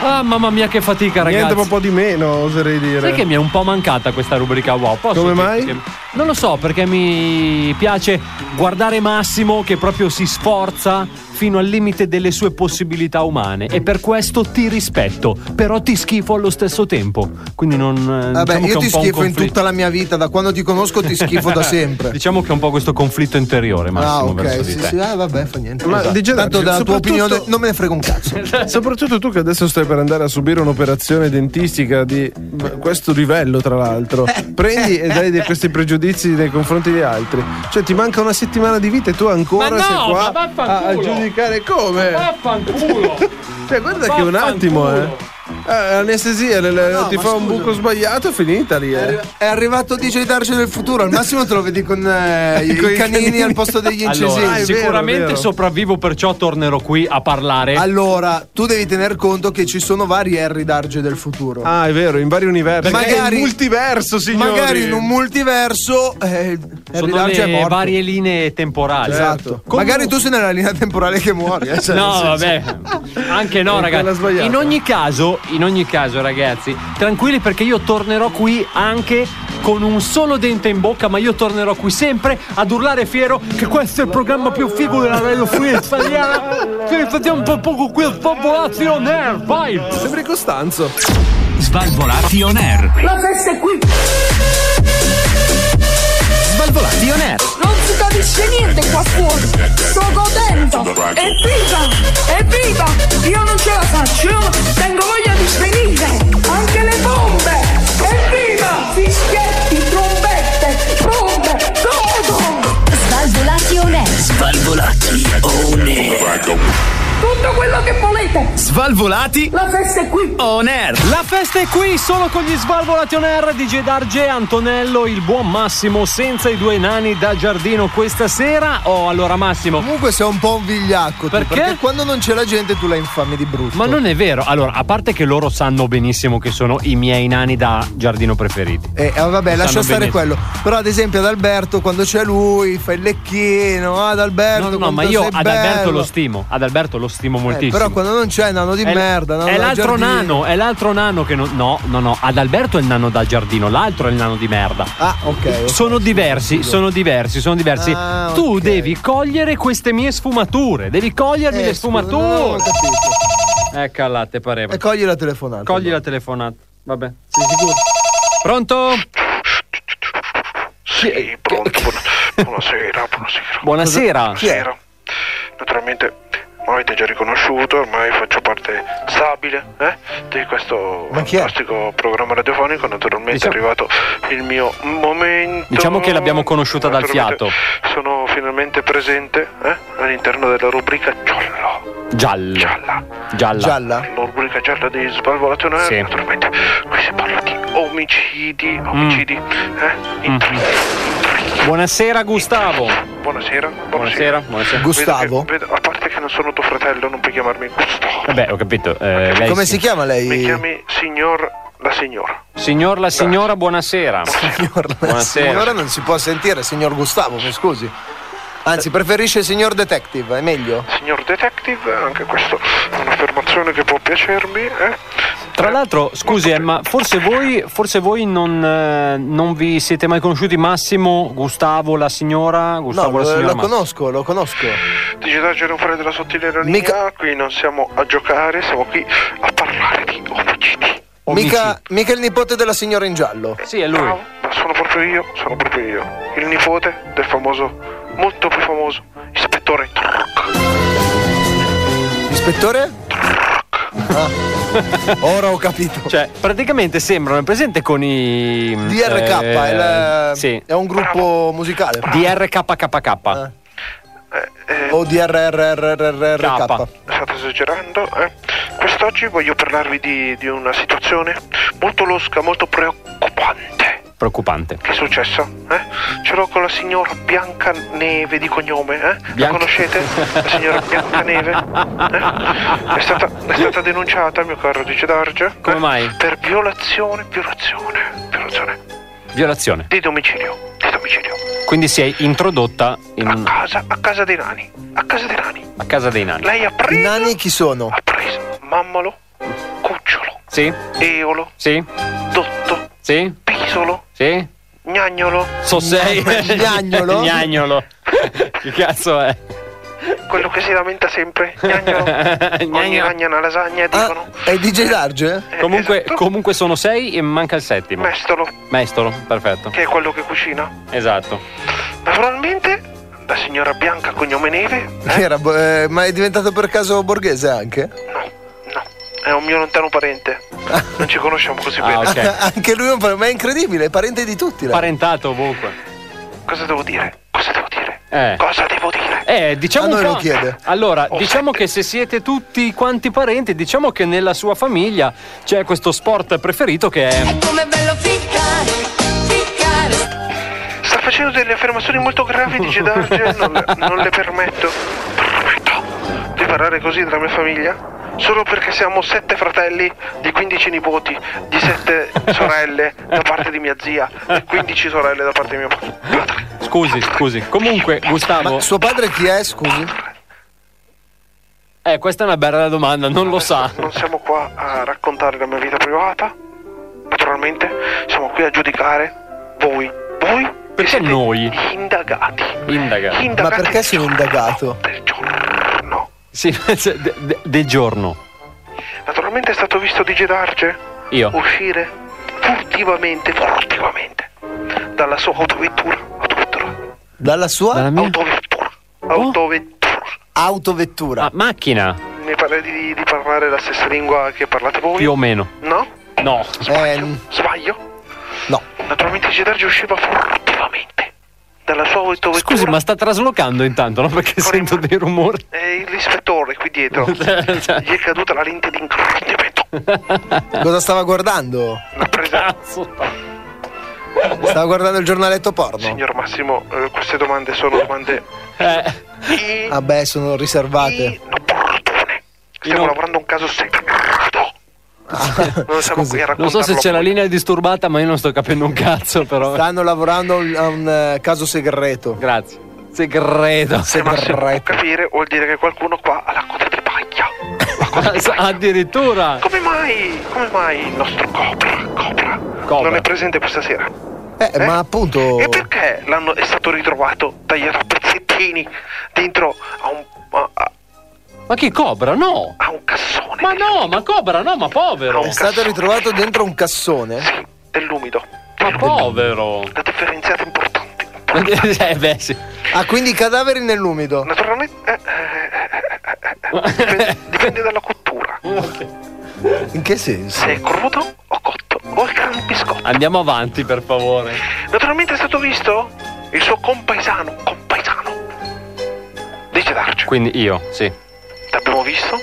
Ah, mamma mia, che fatica, ragazzi. Niente un po' di meno, oserei dire. Sai che mi è un po' mancata questa rubrica wow? Posso Come dirti mai? che- Non lo so, perché mi piace guardare Massimo che proprio si sforza fino al limite delle sue possibilità umane e per questo ti rispetto, però ti schifo allo stesso tempo. Quindi non eh, diciamo Vabbè, che è io un ti po' un schifo in conflitto. tutta la mia vita, da quando ti conosco ti schifo da sempre. diciamo che è un po' questo conflitto interiore, Massimo, ah, ok, verso sì, di te. sì, ah, vabbè, fa niente. Ma Esatto. DJ tanto Darge, dalla tua soprattutto- opinione non me ne frega un cazzo. Soprattutto tu che adesso stai per andare a subire un'operazione dentistica di beh, questo livello, tra l'altro. Eh. Prendi e dai di questi pregiudizi nei confronti di altri. Cioè, ti manca una settimana di vita e tu ancora Ma no, sei qua ma vaffanculo. a, a giudicare come? Vaffanculo! Cioè, guarda che un attimo, eh. Eh, anestesia, le- le- ti fa un buco sbagliato, finita lì. Eh. È arrivato DJ Darge del futuro, al massimo te lo vedi con eh, i Con i canini, canini. al posto degli incisivi. Allora, sicuramente sopravvivo, perciò tornerò qui a parlare. Allora, tu devi tener conto che ci sono vari Harry Darge del futuro. Ah, è vero, in vari universi. Perché Magari, il multiverso, signori. Magari in un multiverso eh, Harry Sono Darge è le morto. varie linee temporali. Esatto. Magari tu sei nella linea temporale che muori. eh, cioè, no, nel senso- vabbè, anche no, È quella ragazzi. sbagliata. In ogni caso, in ogni caso, ragazzi, tranquilli perché io tornerò qui anche con un solo dente in bocca, ma io tornerò qui sempre ad urlare fiero che questo è il programma più figo della radio free italiana. Che facciamo un po' con quel popolazio nerd, vai! Sembri Costanzo. Svalvolati on air. La festa è qui. Svalvolati on air. Non si capisce niente qua fuori. Sto godendo. Evviva! Evviva! Io non ce la faccio. Io tengo voglia di svenire. Anche le bombe. Evviva! Fischietti, trombette, bombe, bombe. Svalvolati. La festa è qui. On air. La festa è qui solo con gli Svalvolati on air DJ Darge, Antonello, il buon Massimo senza i due nani da giardino questa sera. Oh, allora Massimo. Comunque sei un po' un vigliacco. tu, Perché? perché quando non c'è la gente tu la infami di brutto. Ma non è vero, allora, a parte che loro sanno benissimo che sono i miei nani da giardino preferiti. Eh, eh, vabbè, Lo lascia sanno stare benissimo. quello. Però, ad esempio, ad Alberto, quando c'è lui, fa il lecchino. "Ah, Ad Alberto, No, no, ma io ad Alberto lo stimo, ad Alberto lo stimo moltissimo. Eh, però quando non c'è, nano di È l- merda. nano è da l'altro giardino. nano, è l'altro nano che non. No, no, no. Ad Alberto è il nano da giardino, l'altro è il nano di merda. Ah, ok. Sono diversi, sono diversi, sono diversi. Ah, tu devi cogliere queste mie sfumature, devi cogliermi Eh, le scusa, sfumature. non avevo capito. Eccola, te pareva. E cogli la telefonata. Cogli la telefonata. Vabbè, sei sicuro? Pronto? Sì, eh, pronto. Buonasera, buonasera. Buonasera. Buonasera. Naturalmente mi avete già riconosciuto, ormai faccio parte stabile eh, di questo fantastico programma radiofonico. Naturalmente è arrivato il mio momento. Diciamo che l'abbiamo conosciuta dal fiato. Sono finalmente presente eh, all'interno della rubrica Giallo. Gialla. Gialla. Gialla. La rubrica gialla di Svalvolazione. Ah. Sì. Mm. Naturalmente qui si parla di omicidi, omicidi, eh, intrighi. Buonasera Gustavo. Buonasera. Buonasera, buonasera. Vedo che- vedo- a parte che non sono tuo fratello, non puoi chiamarmi Gustavo. Vabbè, ho capito. eh, lei Come sì. si chiama lei? Mi chiami signor la signora. Signor la signora, buonasera. Buonasera. Signora non si può sentire, signor Gustavo, mi scusi. Anzi, preferisce il signor detective, è meglio? Signor detective, anche questa è un'affermazione che può piacermi, eh? Tra l'altro, scusi, eh, ma forse voi, forse voi non, eh, non vi siete mai conosciuti Massimo, Gustavo, la signora, Gustavo, no, la lo, signora. lo ma- conosco, lo conosco. Dice "Dai, non fare della sottile ironia, ah, qui non siamo a giocare, siamo qui a parlare di omicidi. Mica, mica il nipote della signora in giallo. Sì, è lui. Ma sono proprio io, sono proprio io. Il nipote del famoso, molto più famoso, ispettore Ispettore? Ah. Ora ho capito. Cioè, praticamente sembrano, è presente con i. DRK, eh, è, il- Sì. è un gruppo musicale. DRKKK. O DRRRRRK. Eh, State esagerando, eh? Quest'oggi voglio parlarvi di, di una situazione molto losca, molto preoccupante. Preoccupante. Che è successa? Eh? Ce l'ho con la signora Bianca Neve di cognome, eh? La Bianca- conoscete? La signora Bianca Neve? Eh? È, stata, è stata denunciata, mio caro Dice Darge. Come mai? Per violazione, violazione, violazione Violazione. di domicilio. Di domicilio. Quindi si è introdotta in- Casa, a casa dei nani. A casa dei nani. a casa dei nani. Lei ha preso. I nani chi sono? Mammalo, Sì? Eolo, Sì? Dotto, Sì? Pisolo, Sì? Gnagnolo. So sei. Gnagnolo? Gnagnolo. che cazzo è? Quello che si lamenta sempre. Gnagnolo. Ogni eh, esatto. ragna una Ah, lasagna, Ah, dicono. È DJ Darge? Comunque, comunque sono sei e manca il settimo. Mestolo, Mestolo, perfetto. che è quello che cucina. Esatto. Naturalmente, la signora Bianca cognome Neve Era bo- eh, ma è diventato per caso borghese anche? è un mio lontano parente. Non ci conosciamo Ah, così bene. anche lui è un parente, ma è incredibile, è parente di tutti. lei. Parentato ovunque. Cosa devo dire? Cosa devo dire? Eh. Cosa devo dire? Eh, diciamo A noi un po'- lo chiede. Allora, Oh. diciamo che se siete tutti quanti parenti, diciamo che nella sua famiglia c'è questo sport preferito che è. Come bello ficcare, ficcare. Sta facendo delle affermazioni molto gravi, dice Darge. Non, le- non le permetto. Permetto di parlare così della mia famiglia? Solo perché siamo sette fratelli di 15 nipoti, di sette sorelle da parte di mia zia e 15 sorelle da parte di mio padre. Scusi, scusi. Comunque, Gustavo. Ma suo padre chi è, scusi? Eh, questa è una bella domanda, non lo sa. Non siamo qua a raccontare la mia vita privata. Naturalmente siamo qui a giudicare voi. Voi? Perché noi? Indagati. Indaga. Ma perché sei indagato? Sì, de- de- del giorno. Naturalmente è stato visto di Gedarge Io. uscire furtivamente, furtivamente dalla sua autovettura. Dalla sua Oh. autovettura. Autovettura. Autovettura. Ah, macchina, Mi pare di, di parlare la stessa lingua che parlate voi? più o meno. Eh, No? No. Sbaglio? No. Naturalmente Gedarge usciva furtivamente dalla sua autovettura. Scusi, ma sta traslocando intanto, no? Perché sento dei rumori. E il rispettore qui dietro. Gli è caduta la lente d'ingrandimento. Eh. Cosa stava guardando? L'ha presa. Stava guardando il giornaletto porno? Signor Massimo, eh, queste domande sono domande. Eh, Eh, Vabbè, Ah, sono riservate. Stiamo lavorando a un caso segreto. non siamo qui a Non so se c'è la linea disturbata, ma io non sto capendo un cazzo, però. Stanno lavorando a un, a un, eh, caso segreto. Grazie. Segreto. Se Massimo può capire, vuol dire che qualcuno qua ha la coda di paglia. La coda di paglia. Addirittura. Come mai? Come mai il nostro Cobra, Cobra, non è presente questa sera? Eh, ma appunto. E perché l'hanno, è stato ritrovato tagliato a pezzettini dentro a un. a- a- Ma che cobra? No! Ha un cassone. Ma no, ma cobra, no, ma povero! È stato ritrovato dentro un cassone? Sì, dell'umido. Ma povero! La differenziata è importante. eh, beh, sì. Ah, quindi i cadaveri nell'umido? Naturalmente. eh, Dipende dalla cottura. In che senso? Se è crudo o cotto o è crampiscotto. Andiamo avanti, per favore. Naturalmente è stato visto il suo compaesano. Compaesano. Dice Darcio, Quindi io, sì. l'abbiamo visto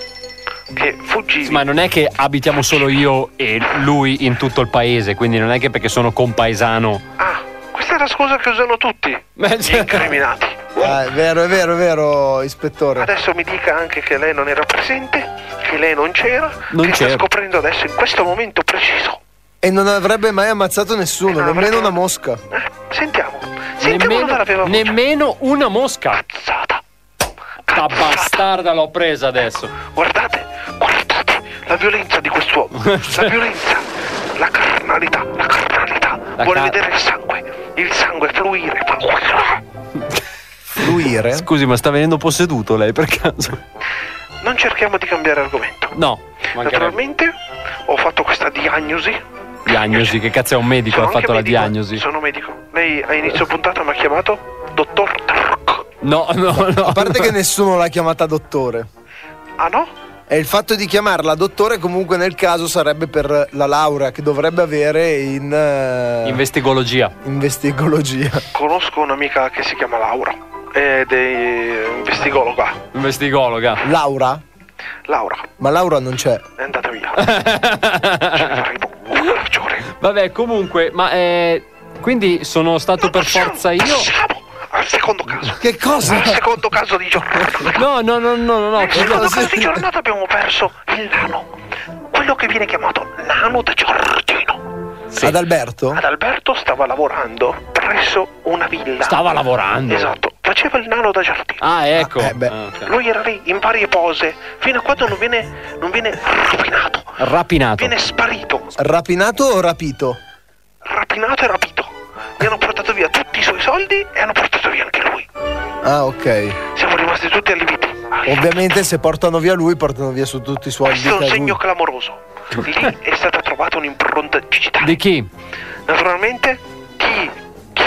che fuggivi. Ma non è che abitiamo solo io e lui in tutto il paese, quindi non è che perché sono compaesano. Ah, Questa è la scusa che usano tutti. Gli incriminati. Ah, è vero, è vero, è vero, ispettore. Adesso mi dica anche che lei non era presente, che lei non c'era, Non che sta c'ero. scoprendo adesso in questo momento preciso. E non avrebbe mai ammazzato nessuno, nemmeno una mosca. Eh, Sentiamo. nemmeno, nemmeno una mosca. Cazzata. La bastarda l'ho presa adesso. Guardate, guardate la violenza di quest'uomo. La violenza, la carnalità, la carnalità. Vuole car- vedere il sangue, il sangue fluire. Fluire? Eh? Scusi, ma sta venendo posseduto lei per caso? Non cerchiamo di cambiare argomento. No, mancherebbe. Naturalmente ho fatto questa diagnosi. Diagnosi, che cazzo è un medico? Sono Ha fatto anche la medico, diagnosi. Sono medico. Lei a inizio puntata mi ha chiamato dottor No, no, no. A parte che nessuno l'ha chiamata dottore. Ah no? E il fatto di chiamarla dottore comunque nel caso sarebbe per la laurea che dovrebbe avere in... eh, Investigologia. investigologia. Conosco un'amica che si chiama Laura ed è investigologa. Investigologa. Laura? Laura, Ma Laura non c'è. è andata via. Vabbè, comunque, ma eh, quindi sono stato per forza io. Al secondo caso. Che cosa? Al secondo caso di giornata. No, no, no, no, no, no. Nel secondo caso di giornata abbiamo perso il nano. Quello che viene chiamato nano da giardino. Ad Alberto? Adalberto stava lavorando presso una villa. Stava lavorando. Esatto, faceva il nano da giardino. Ah, ecco. eh, Lui era lì in varie pose fino a quando non viene, non viene rapinato. Rapinato. Viene sparito, Rapinato o rapito? rapinato e rapito. Gli hanno portato via tutti i suoi soldi e hanno portato via anche lui. Ah, ok. Siamo rimasti tutti allibiti. Ovviamente se portano via lui, portano via su tutti i suoi Questo è un dita lui. segno clamoroso. Lì è stata trovata un'impronta digitale. Di chi? Naturalmente, chi,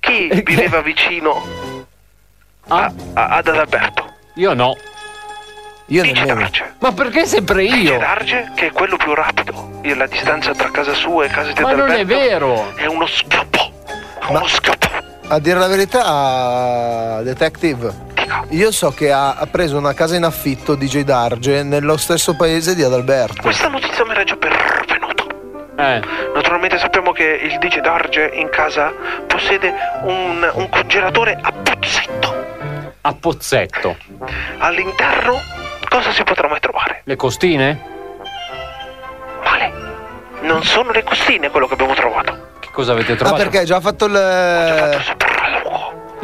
chi, chi viveva vicino Ah. a- a- ad Adalberto? Io no. Io Dice nemmeno. Ma perché sempre Dice io? Darge che è quello più rapido. e La distanza tra casa sua e casa di Ma non Adalberto è vero. È uno schioppo. Uno schioppo. A dire la verità, detective, io so che ha, ha preso una casa in affitto DJ Darge nello stesso paese di Adalberto. Questa notizia mi era già pervenuta. Eh. Naturalmente sappiamo che il DJ Darge in casa possiede un, un congelatore a pozzetto. A pozzetto. All'interno cosa si potrà mai trovare? Le costine? Male. Non sono le costine quello che abbiamo trovato. Che cosa avete Ah, trovato? perché hai già fatto il. Eh,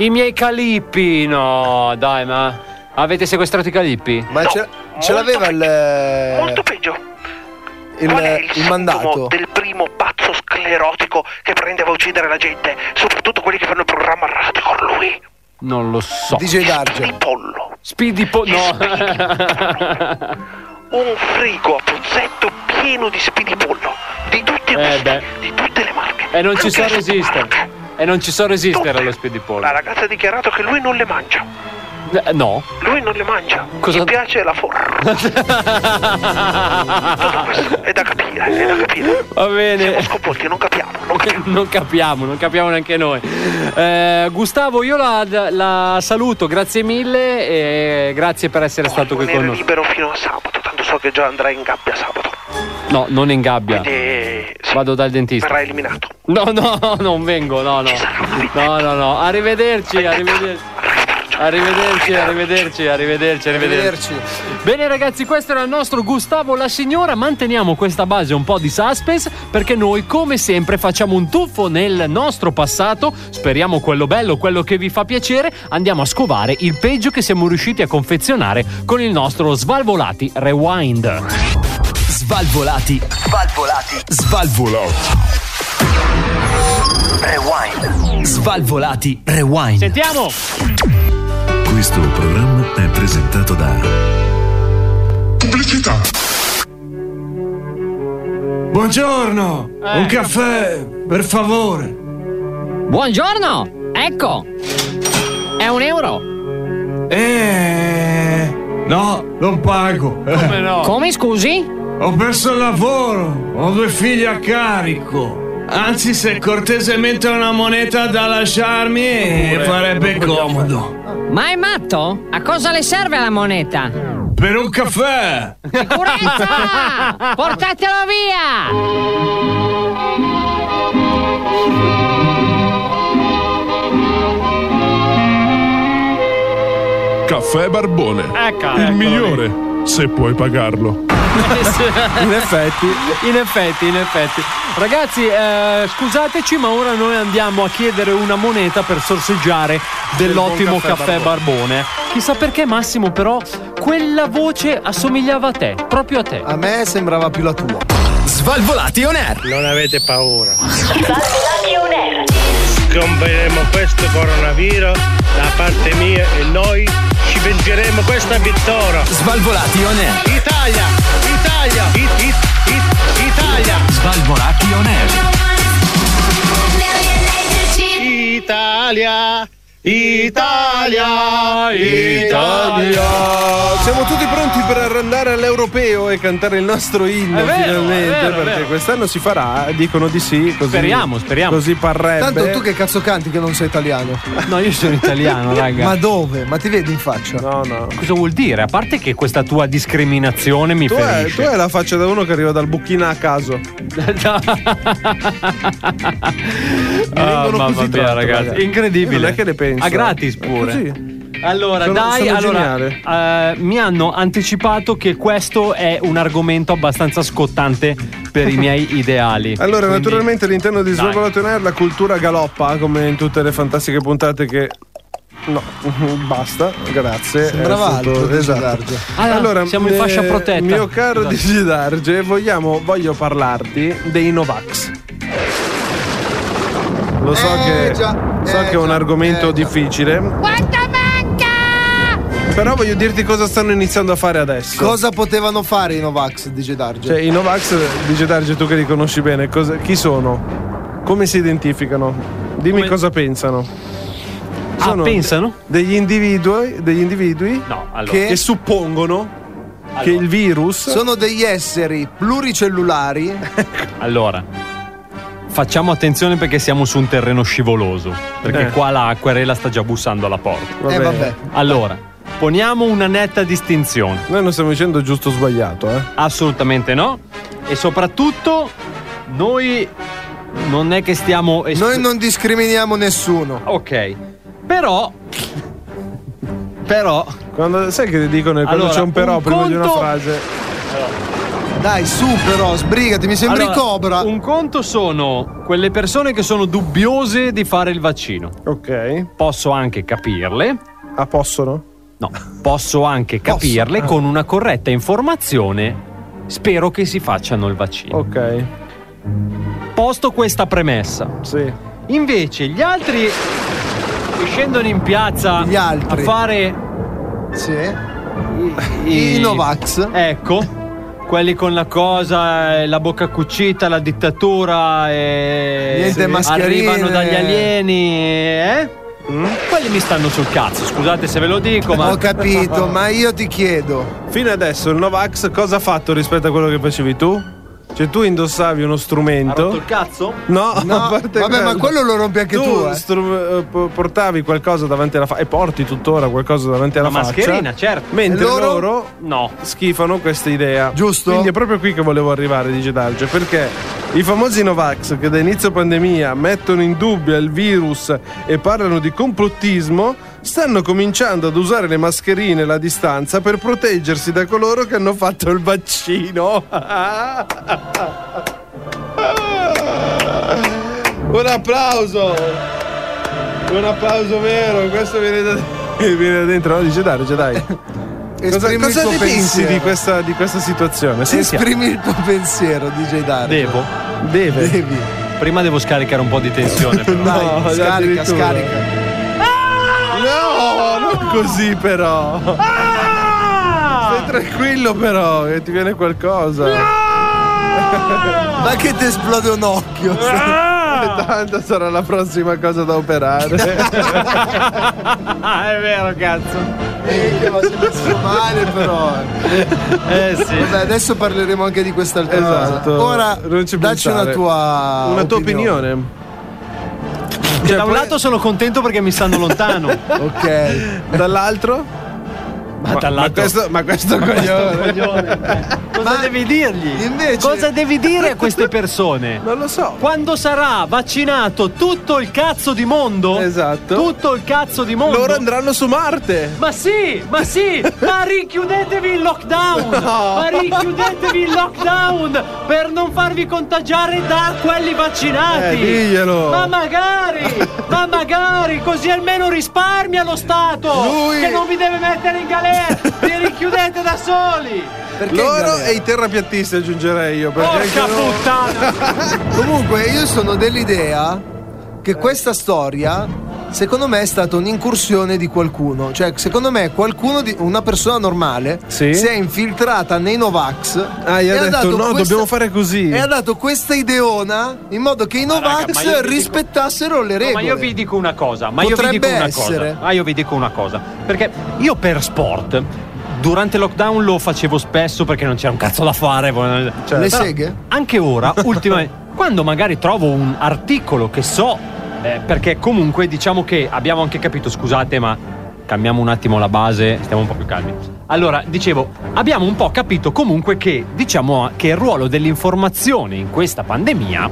I miei calippi. No, dai, ma. Avete sequestrato i calippi? Ma ce, ce l'aveva il. Molto peggio. eh, Il, Qual è il, il sintomo mandato. del primo pazzo sclerotico che prendeva a uccidere la gente, soprattutto quelli che fanno il programma radio con lui? Non lo so. DJ Darge. Pollo. Speedy po- No. Un frigo a pozzetto pieno di spidipollo. Di tutti i Eh, gusti, beh. di tutte le marche. E non ci so Anche le resistere. E non ci so resistere allo La speedipollo. ragazza ha dichiarato che lui non le mangia. Eh, No. Lui non le mangia. Gli piace la forra. Tutto questo è da capire, è da capire. Va bene. Siamo sconvolti, non capiamo, non non capiamo, non capiamo neanche noi. Eh, Gustavo, io la, la saluto, grazie mille e grazie per essere stato qui con rimanere noi. libero fino a sabato, tanto so che già andrai in gabbia sabato. No, non in gabbia. Quindi Vado dal dentista. verrai eliminato. No, no, non vengo, no, no. No, no, no. Arrivederci, arrivederci. Arrivederci, arrivederci, arrivederci, arrivederci. Bene ragazzi, questo era il nostro Gustavo La Signora. Manteniamo questa base un po' di suspense perché noi come sempre facciamo un tuffo nel nostro passato, speriamo quello bello, quello che vi fa piacere, andiamo a scovare il peggio che siamo riusciti a confezionare con il nostro Svalvolati Rewind. Svalvolati. Svalvolati. Svalvolati. Rewind. Svalvolati. Rewind. Sentiamo. Questo programma è presentato da Pubblicità. Buongiorno! Un caffè, per favore! Buongiorno! Ecco! È un euro! Eh, no, non pago. Come no? Come, scusi? Ho perso il lavoro, ho due figli a carico. Anzi, se cortesemente ha una moneta da lasciarmi, eh, farebbe comodo. Ma è matto? A cosa le serve la moneta? Per un caffè! Sicurezza! Portatelo via! Caffè Barbone. Ecco, il eccolo migliore, se puoi pagarlo. in effetti, in effetti, in effetti. Ragazzi, eh, scusateci, ma ora noi andiamo a chiedere una moneta per sorseggiare dell'ottimo buon caffè, caffè Barbone. Chissà perché Massimo, però, quella voce assomigliava a te, proprio a te. A me sembrava più la tua. Svalvolati on air. Non avete paura. Scomperemo questo coronavirus da parte mia e noi ci vengeremo questa vittoria. Svalvolati on air. Italia, Italia, it, it, it, Italia. Svalvolati on air. Italia, Italia, Italia. Siamo tutti pronti per andare all'europeo e cantare il nostro inno È vero, finalmente. è vero, è perché vero. quest'anno si farà, eh, dicono di sì. Così, Speriamo, speriamo. Così parrebbe. Tanto tu che cazzo canti che non sei italiano? Ah, No, io sono italiano, raga. Ma dove? Ma ti vedi in faccia? No, no. Cosa vuol dire? A parte che questa tua discriminazione mi Tu hai, tu ferisce. hai la faccia da uno che arriva dal Buchina a caso. Ah, vengono mamma così mia, tratto, ragazzi, ragazzi. incredibile. Io non è che ne penso. eh. A gratis È pure. così. Allora, Sono- dai, sono allora, eh, mi hanno anticipato che questo è un argomento abbastanza scottante per i miei ideali. Allora, Quindi- naturalmente all'interno di Dai. Svalvolato on Air la cultura galoppa, come in tutte le fantastiche puntate che. No, basta, grazie. Sembrava È stato- altro, Digi esatto. eh, Darge. Ah, siamo in fascia protetta. Esatto. Mio caro Scusate. Digi Darge, vogliamo, voglio parlarti dei Novax. Lo so Eh, che, già, so eh, che è un già, argomento eh, già. difficile, Quanto manca! però voglio dirti cosa stanno iniziando a fare adesso. Cosa potevano fare i Novax, dice Darge? Cioè, i Novax, dice Darge, tu che li conosci bene, cosa- chi sono? Come si identificano? Dimmi cosa pensano. Ah, pensano? Degli individui, degli individui No, allora. che, che suppongono che il virus. Sono degli esseri pluricellulari. Eh, Allora, facciamo attenzione perché siamo su un terreno scivoloso. Perché Eh. qua la querela sta già bussando alla porta. Va Eh, bene. vabbè. Allora, poniamo una netta distinzione. Noi non stiamo dicendo giusto o sbagliato, eh? Assolutamente no. E soprattutto, noi non è che stiamo. es- Noi non discriminiamo nessuno. Ok. Però. Però. Quando, sai che dicono quando Allora, c'è un però un prima di una conto- frase? Dai, su però, sbrigati, mi sembri Allora, cobra. Un conto sono quelle persone che sono dubbiose di fare il vaccino. Ok. Posso anche capirle. Ah, possono? No, posso anche capirle ah. con una corretta informazione. Spero che si facciano il vaccino. Ok. Posto questa premessa. Sì. Invece gli altri che scendono in piazza a fare Sì. i, I Novax. Ecco. Quelli con la cosa, eh, la bocca cucita, la dittatura, eh, Niente mascherine. arrivano dagli alieni, eh? Quelli mi stanno sul cazzo, scusate se ve lo dico, ma Ho capito, ma io ti chiedo. Fino adesso il Novax cosa ha fatto rispetto a quello che facevi tu? Cioè, tu indossavi uno strumento. il cazzo? No, No, a parte vabbè, ma quello lo rompi anche tu, eh. stru- eh, po- portavi qualcosa davanti alla faccia e porti tuttora qualcosa davanti alla La faccia. mascherina, certo. Mentre E loro? loro, no. schifano questa idea. Giusto. Quindi è proprio qui che volevo arrivare, dice Darge, perché i famosi Novax che da inizio pandemia mettono in dubbio il virus e parlano di complottismo stanno cominciando ad usare le mascherine e la distanza per proteggersi da coloro che hanno fatto il vaccino. Un applauso! Un applauso vero, questo viene da, viene da dentro, no? Dice dai, dice dai. Cosa, Esprimi il cosa tuo ne pensi pensiero. di questa, di questa situazione? Sentiamo. Esprimi il tuo pensiero, DJ Dario. Devo. Deve. Prima devo scaricare un po' di tensione. Però. Dai, scarica, scarica. No, non così però. Stai tranquillo però, che ti viene qualcosa. Ma che ti esplode un occhio. Ah! Eh, Tanto sarà la prossima cosa da operare. Ah, È vero, cazzo. ma si messo male però. Eh sì. Vabbè, adesso parleremo anche di quest'altra Esatto. cosa. Ora Non ci dacci pensare. una tua Una tua Ah, opinione. Cioè, da un lato sono contento perché mi stanno lontano. ok. Dall'altro? Ma, dall'altro. questo- ma questo coglione. Cosa devi dirgli? Cosa devi dire a queste persone? Non lo so. Quando sarà vaccinato tutto il cazzo di mondo? Esatto. Tutto il cazzo di mondo. Loro andranno su Marte. Ma sì, ma sì, ma richiudetevi il lockdown! No. Ma richiudetevi il lockdown per non farvi contagiare da quelli vaccinati! Eh, diglielo. Ma magari, ma magari, così almeno risparmia lo Stato! Lui- Che non vi deve mettere in galera! Vi richiudete da soli! Loro e i terrapiattisti aggiungerei io. Perché Porca anche loro- puttana! Comunque io sono dell'idea che questa storia secondo me è stata un'incursione di qualcuno, cioè secondo me qualcuno di una persona normale Sì. si è infiltrata nei Novax Ah, gli e ha detto, dato no, questa- dobbiamo fare così. e ha dato questa ideona in modo che i Novax raga, ma io vi dico- rispettassero le No, regole. ma io vi dico una cosa, ma io vi Potrebbe dico una essere. cosa. Ma io vi dico una cosa, perché io per sport Durante il lockdown lo facevo spesso perché non c'era un cazzo da fare. Cioè, Le però seghe? Anche ora, ultimamente, quando magari trovo un articolo che so, eh, perché comunque diciamo che abbiamo anche capito, scusate, ma cambiamo un attimo la base, stiamo un po' più calmi. Allora, dicevo, abbiamo un po' capito comunque che, diciamo, che il ruolo dell'informazione in questa pandemia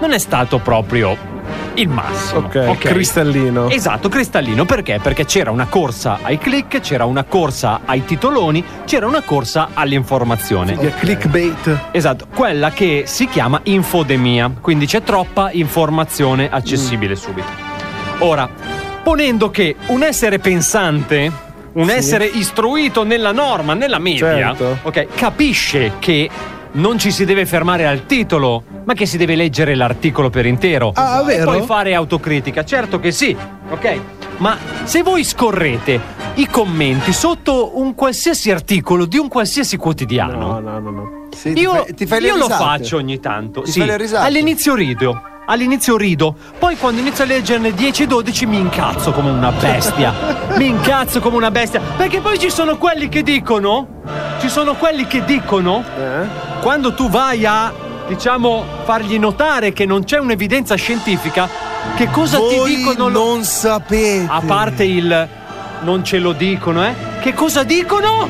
non è stato proprio il massimo. Ok, cristallino. Esatto, cristallino. Perché? Perché c'era una corsa ai click, c'era una corsa ai titoloni, c'era una corsa all'informazione. Clickbait. Esatto, quella che si chiama infodemia, quindi c'è troppa informazione accessibile Mm. subito. Ora, ponendo che un essere pensante, un essere istruito nella norma, nella media, Certo. ok, capisce che non ci si deve fermare al titolo, ma che si deve leggere l'articolo per intero. Ah, e vero? poi fare autocritica, certo che sì, ok? Ma se voi scorrete i commenti sotto un qualsiasi articolo di un qualsiasi quotidiano, No, no, no, no. Sì, ti io fai- ti fai le io lo risate. faccio ogni tanto. Ti sì. fai le risate. All'inizio rido. All'inizio rido, poi quando inizio a leggerne 10-12 mi incazzo come una bestia. mi incazzo come una bestia. Perché poi ci sono quelli che dicono. Ci sono quelli che dicono. Eh? Quando tu vai a, diciamo, fargli notare che non c'è un'evidenza scientifica, che cosa Voi ti dicono? lo- non sapete. a parte il non ce lo dicono, eh? Che cosa dicono?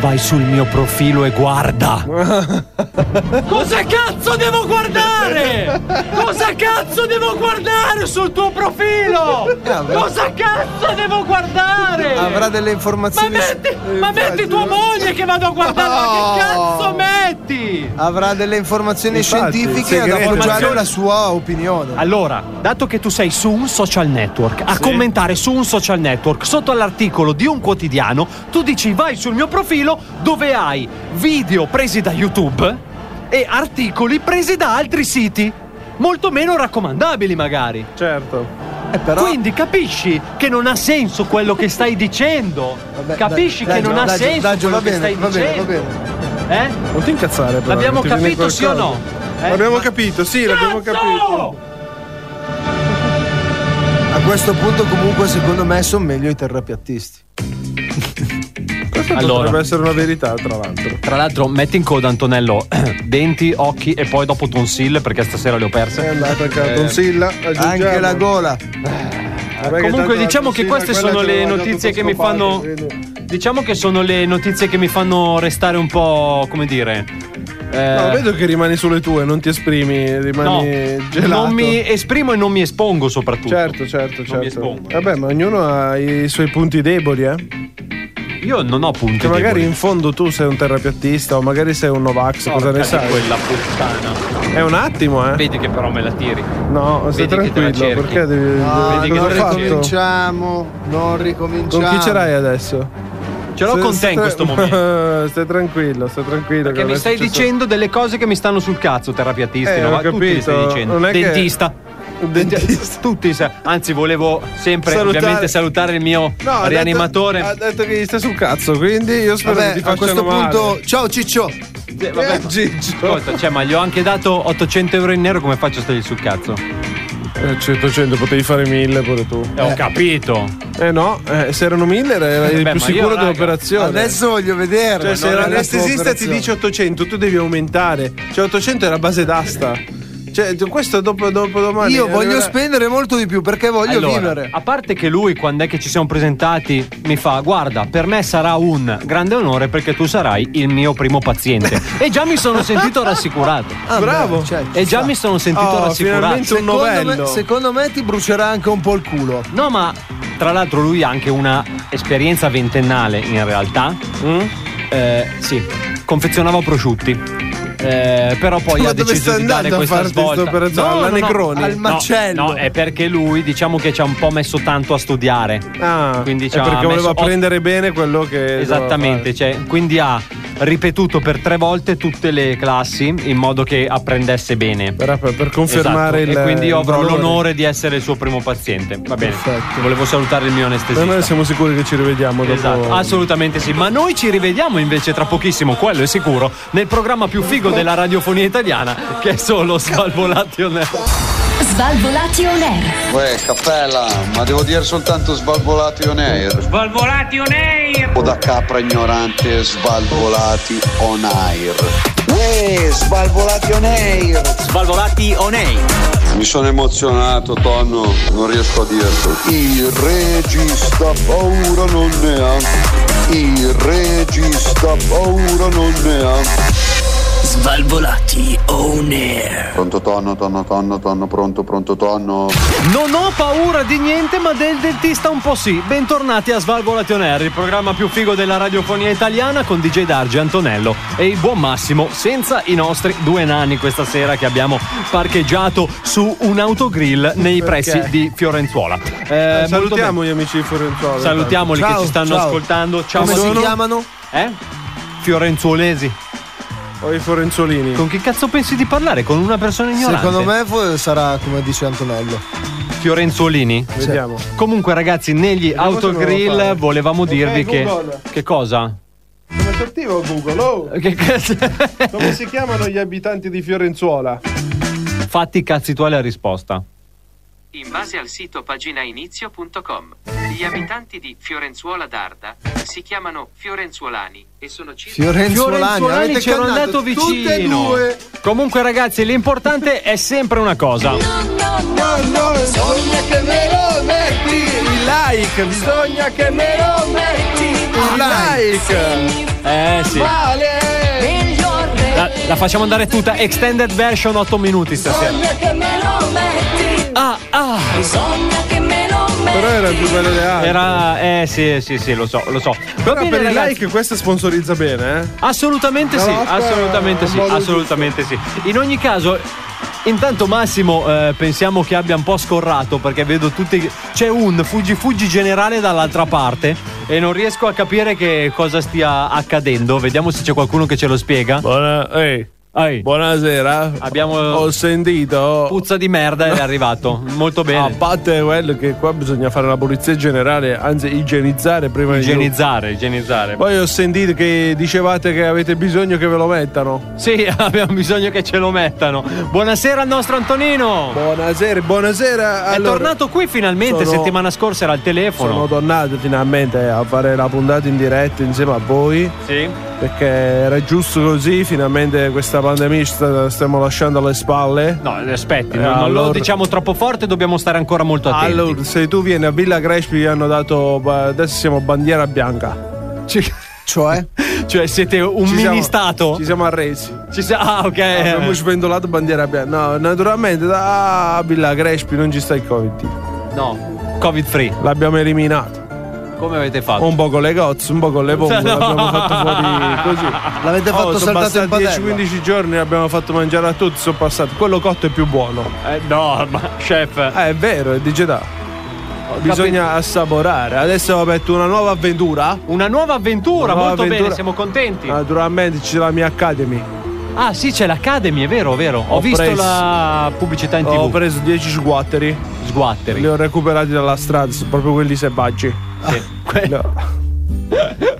Vai sul mio profilo e guarda. cosa cazzo devo guardare? Cosa cazzo devo guardare sul tuo profilo? Cosa cazzo devo guardare? avrà delle informazioni Eh, Ma metti, ma metti tua moglie che vado a guardarla, che cazzo metti? avrà delle informazioni Infatti, scientifiche ad segreto. appoggiare Informazioni- la sua opinione. Allora, dato che tu sei su un social network, a commentare su un social network, sotto all'articolo di un quotidiano, tu dici vai sul mio profilo dove hai video presi da YouTube e articoli presi da altri siti. Molto meno raccomandabili, magari. Certo. Quindi capisci che non ha senso quello che stai dicendo. capisci dai, che non dai, ha dai, senso dai, quello va che bene, stai va bene, va dicendo. Eh? Non ti incazzare però. L'abbiamo ti viene capito, sì o no? qualcosa. Eh, l'abbiamo ma- capito, sì, l'abbiamo capito. A questo punto comunque secondo me sono meglio i terrapiattisti. Perché Allora. potrebbe essere una verità, tra l'altro. Tra l'altro, metti in coda, Antonello, denti, occhi e poi dopo tonsil, perché stasera le ho perse. È andata Eh, a Tonsilla, anche la gola. Comunque diciamo che queste sono le notizie che mi fanno. Diciamo che sono le notizie che mi fanno restare un po'. come dire. eh, No, vedo che rimani sulle tue, non ti esprimi, rimani no, gelato. Non mi esprimo e non mi espongo soprattutto. Certo, certo, Non mi certo. espongo. eh. Vabbè, ma ognuno ha i suoi punti deboli, eh. Io non ho punti. Che magari deboli. in fondo tu sei un terrapiattista o magari sei un Novax, cosa Porca ne di sai? quella puttana. È un attimo, eh. Vedi che però me la tiri. No, stai Vedi che te la tranquillo, cerchi. Ah, perché devi. No, devi- non cosa hai fatto? ricominciamo, non ricominciamo. Con chi ce l'hai adesso? Ce l'ho con te in questo momento. stai tranquillo, stai tranquillo. Perché mi stai dicendo delle cose che mi stanno sul cazzo, terapiatisti, Eh, no? ho Ma tu capito. li stai dicendo. Non è che- Dentista. Dentista. Tutti, sa- anzi, volevo sempre Salutare- ovviamente salutare il mio No, Ah, ha rianimatore. detto- ha detto che gli stai sul cazzo, quindi io spero Vabbè, che ti a facciano questo male. punto, ciao Ciccio. Eh, vabbè, ma- Ascolta, cioè, ma gli ho anche dato 800 euro in nero, come faccio a stargli sul cazzo? Eh, 100, 100, potevi fare 1000 pure tu. Eh, ho capito. Eh no, eh, se erano 1000 era Eh, il beh, più ma io, sicuro raga, dell'operazione. adesso voglio vedere. Cioè, se l'anestesista ti dice 800, tu devi aumentare. Cioè, 800 era base d'asta. Cioè, tu- questo dopo, dopo domani. Io voglio arriverà- spendere molto di più perché voglio Allora, vivere. A parte che lui, quando è che ci siamo presentati, mi fa: Guarda, per me sarà un grande onore perché tu sarai il mio primo paziente. e già mi sono sentito rassicurato. Ah, beh, Bravo. cioè, certo. ci e già sta. mi sono sentito Oh, rassicurato. Secondo me- secondo me ti brucerà anche un po' il culo. No, ma tra l'altro lui ha anche una esperienza ventennale in realtà. Mm? Eh, sì, confezionava prosciutti. Eh, però poi Ma ha dove deciso stai di dare andando a questa farti svolta sto operazione? Alla Negroni? al No, macello. No, è perché lui diciamo che ci ha un po' messo tanto a studiare. Ah, quindi è ci ha perché voleva messo- prendere bene quello che. Esattamente, cioè, quindi ha ripetuto per tre volte tutte le classi in modo che apprendesse bene. Per, per confermare Esatto, il. E quindi io il avrò valore. l'onore di essere il suo primo paziente. Va bene. Perfetto. Volevo salutare il mio Ma noi anestesista. siamo sicuri che ci rivediamo dopo. Esatto, assolutamente sì. Ma noi ci rivediamo invece tra pochissimo, quello è sicuro, nel programma più figo della radiofonia italiana, che è solo Svalvolati on Air. Svalvolati on air. Uè, cappella, ma devo dire soltanto svalvolati on air. Svalvolati on air! O da capra ignorante svalvolati on air. Uè, svalvolati on air! Svalvolati on air! Mi sono emozionato, Tonno, non riesco a dirlo. Il regista paura non ne ha. Il regista paura non ne ha. Svalvolati on air! Pronto tonno, tonno, tonno, tonno, pronto, pronto tonno. Non ho paura di niente, ma del dentista un po' sì. Bentornati a Svalvolati on Air, il programma più figo della radiofonia italiana con DJ Darge Antonello e il buon Massimo, senza i nostri due nani questa sera che abbiamo parcheggiato su un autogrill nei Perché? pressi di Fiorenzuola. Eh, Eh, molto bene. salutiamo gli amici di Fiorenzuola. Salutiamoli che ci stanno ascoltando. Ciao, Come Madonna. si chiamano? Eh? Fiorenzuolesi. O i Fiorenzolini. Con chi cazzo pensi di parlare? Con una persona ignorante? Secondo me fu- sarà come dice Antonello. Fiorenzolini. Vediamo. Comunque, ragazzi, negli Vediamo se non lo autogrill fa. volevamo Ok, dirvi che. Google. Che cosa? Come si attiva Google? Oh! Che cazzo? Come si chiamano gli abitanti di Fiorenzuola? Fatti i cazzi tuoi la risposta. In base al sito paginainizio.com, gli abitanti di Fiorenzuola d'Arda si chiamano Fiorenzuolani e sono circa Fiorenzolani avete ci ero cannato andato vicino. tutte e due. Comunque, ragazzi, l'importante è sempre una cosa. No, no, bisogna che me lo metti il like, bisogna che me lo metti il like. Eh sì. Vale. La, la facciamo andare tutta, extended version 8 minuti stasera. Bisogna che me lo metti. Ah, ah. Bisogna che me lo metti. bello le altre. Era. Eh sì, sì, sì, lo so, lo so. Va Però bene, per ragazzi. i like questa sponsorizza bene, eh? Assolutamente La sì, lotta assolutamente è un sì, modo assolutamente sì. In ogni caso, intanto Massimo eh, pensiamo che abbia un po' scorrato perché vedo tutti. C'è un fuggi fuggi generale dall'altra parte e non riesco a capire che cosa stia accadendo. Vediamo se c'è qualcuno che ce lo spiega. Buona, ehi, Buonasera. Ho sentito. Puzza di merda ed è arrivato. Molto bene. A parte quello che qua bisogna fare la pulizia generale, anzi igienizzare prima Igienizzare, igienizzare. di tutto. Poi ho sentito che dicevate che avete bisogno che ve lo mettano. Sì, abbiamo bisogno che ce lo mettano. Buonasera al nostro Antonino. Buonasera, buonasera. È Allora, tornato qui finalmente, sono- settimana scorsa era al telefono. Sono tornato finalmente a fare la puntata in diretta insieme a voi. Sì. Perché era giusto così, finalmente questa pandemia sta- la stiamo lasciando alle spalle. No, aspetti, Eh, non, non lo allora- diciamo troppo forte, dobbiamo stare ancora molto attenti. Allora, se tu vieni a Villa Crespi gli hanno dato. Adesso siamo bandiera bianca. Cioè? cioè, siete un Ci mini siamo- stato? Ci siamo arresi. Ci siamo. Ah, ok. Abbiamo sventolato bandiera bianca. No, naturalmente da a Villa Crespi non ci sta il Covid. No, COVID free. L'abbiamo eliminato. Come avete fatto? Un po' con le cozze, un po' con le pompe. No. L'abbiamo fatto fuori così. Oh, L'avete sono fatto saltare in padella. passati 10-15 giorni, abbiamo fatto mangiare a tutti. Sono passati. Quello cotto è più buono. Eh, no, ma chef. Eh, è vero, è digitale. Bisogna assaporare. Adesso ho aperto una nuova avventura. Una nuova avventura, Una nuova molto bene, avventura. Ah. siamo contenti. Naturalmente c'è la mia Academy. Ah, sì, c'è l'Academy, è vero, è vero. Ho, visto preso- la pubblicità in tv. Ho preso 10 sguatteri. Sguatteri. Li ho recuperati dalla strada, sono proprio quelli selvaggi. No.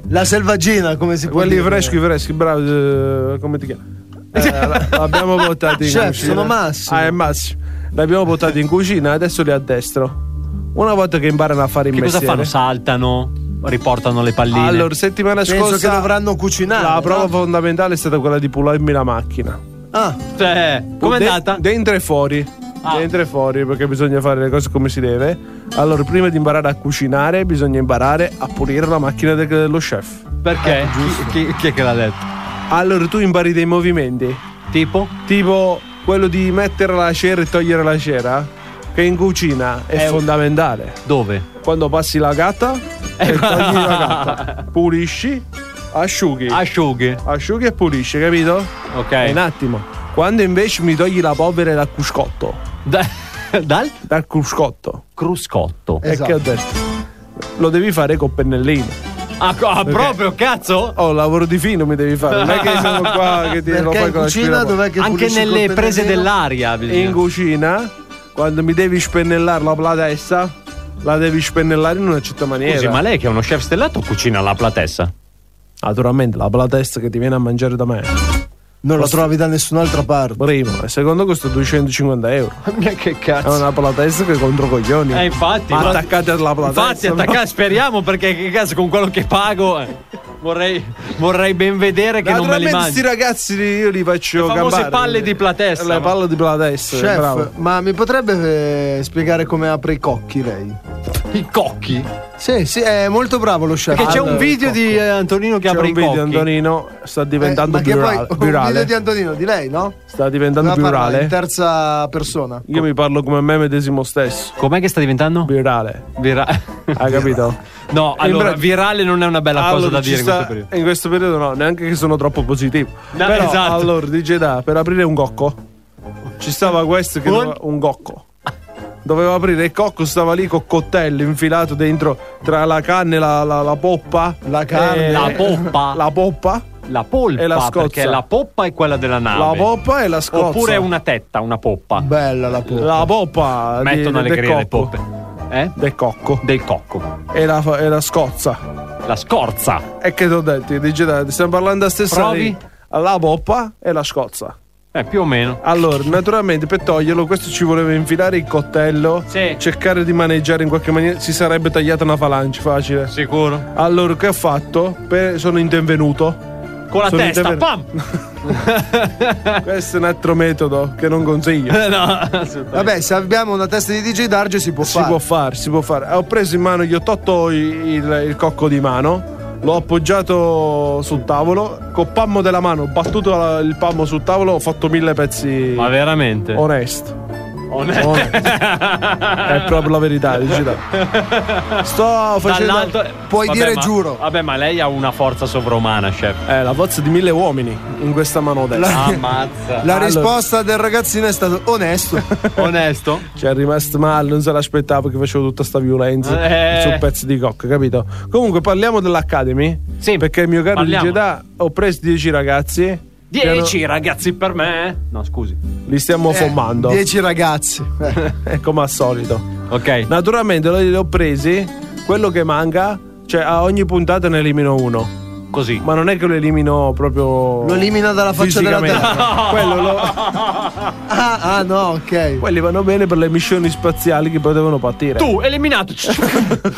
La selvaggina, come si può Quelli dire? freschi, freschi, bravo. eh, come ti chiami? Eh, la- l'abbiamo portati in Certo, Chef, cucina. sono Massimo. Ah, è Massimo. L'abbiamo portati in cucina, adesso li addestro. Una volta che imparano a fare il Che cosa mestiere. fanno? Saltano, riportano le palline. Allora, settimana Penso scorsa che dovranno cucinare, La no? prova fondamentale è stata quella di pularmi la macchina. Ah, Cioè, com'è De- andata? Dentro e fuori. Dentro e fuori, perché bisogna fare le cose come si deve. Allora, prima di imparare a cucinare, bisogna imparare a pulire la macchina de- dello chef. Perché? Ah, Chi, chi- chi è che l'ha detto? Allora, tu impari dei movimenti. Tipo? Tipo quello di mettere la cera e togliere la cera. Che in cucina è, Eh, È un- fondamentale. Dove? Quando passi la gatta Eh, e togli la gatta, pulisci, asciughi. Asciughe. Asciughi e pulisci, capito? Ok. È un attimo. Quando invece mi togli la polvere dal cruscotto. Da- dal Dal cruscotto. cruscotto. Esatto. E che ho detto? Lo devi fare con pennellini. Ah, co- ah, proprio, cazzo? Oh, lavoro di fino mi devi fare. Non è che sono qua che ti lo perché fai in con la cucina schiena poi. dov'è che Anche pulisci col nelle prese pennellino? dell'aria. bisogna. In cucina, quando mi devi spennellare la platessa, la devi spennellare in una certa maniera. Scusi, ma lei che è uno chef stellato cucina la platessa? Naturalmente, la platessa che ti viene a mangiare da me. Non la Posso- trovi da nessun'altra parte. Primo, e secondo costa 250 euro. che È cazzo. una platessa che contro coglioni. Eh, infatti. Ma ma- attaccate alla platessa. Infatti, no? attaccare, speriamo perché che cazzo con quello che pago. eh, Vorrei, vorrei ben vedere che non me li Naturalmente mangio. sti ragazzi li- io li faccio Le famose gambare. palle di platessa, Le no? palle di platessa, Chef, Eh, bravo. ma mi potrebbe eh, spiegare come apre i cocchi lei? I cocchi. Sì, sì, è molto bravo lo chef. Perché c'è Allora, un video cocco. di eh, Antonino che C'è apre un i video cocchi. Antonino sta Eh, diventando ma che poi- virale. Un video virale. di Antonino, di lei, no? Sta Doveva diventando parla virale. in terza persona. Io mi parlo come me medesimo stesso. Com'è che sta diventando? Virale. Virale. Hai capito? No, In allora, bra- virale non è una bella cosa Allora, da ci dire in sta- questo periodo. in questo periodo no, neanche che sono troppo positivo. No, Però, esatto. Allora, dice da, per aprire un cocco. Ci stava questo che Un- doveva- un cocco. Doveva aprire il cocco, stava lì col coltello infilato dentro tra la canna e la, la- la poppa. La carne. La poppa. La poppa. La polpa, E la scozza. perché la poppa è quella della La nave. poppa e la scozza. Oppure è una tetta, una poppa. Bella la poppa. La poppa. Mettono di- allegria del le cocco. poppe. Eh? Del cocco. Del cocco. E la, fa- e la scozza. La scorza. E che ti ho detto? Dice da, stiamo parlando la stessa Provi? lingua. La poppa e la scozza. Eh, più o meno. Allora, naturalmente per toglierlo, questo ci voleva infilare il coltello, Sì. cercare di maneggiare in qualche maniera, si sarebbe tagliata una falange facile. Sicuro. Allora, che ho fatto? Per- sono intervenuto. Con la Sono testa, pam! intervenuto. Questo è un altro metodo che non consiglio. no, assolutamente. Vabbè, se abbiamo una testa di DJ Darge si può si fare. può fare, si può fare. Ho preso in mano, gli ho tolto il, il- il cocco di mano, l'ho appoggiato sul tavolo, col palmo della mano, ho battuto la- il palmo sul tavolo, ho fatto mille pezzi Ma veramente? onesti. Onesto. È proprio la verità, digital. Sto facendo. Dall'alto- Puoi Vabbè, dire ma- giuro. Vabbè, ma lei ha una forza sovrumana, chef. Eh, la forza di mille uomini in questa mano destra. Ammazza. La Allora. risposta del ragazzino è stata onesto. Onesto? Ci è rimasto male, non se l'aspettavo che facevo tutta sta violenza Eh. su pezzi di cocca, capito? Comunque parliamo dell'Academy. Sì, Perché il mio caro parliamo. Digedà ho preso 10 ragazzi Dieci ragazzi per me. eh? No, scusi. Li stiamo Eh, fumando. 10 ragazzi. Eh. come al solito. Ok. Naturalmente lo- li ho presi. Quello che manca, cioè a ogni puntata ne elimino uno. Così. Ma non è che lo elimino proprio. Lo elimina dalla faccia della fisicamente. terra. Quello lo. Ah, ah, no, ok. Quelli vanno bene per le missioni spaziali che potevano partire. Tu, eliminato.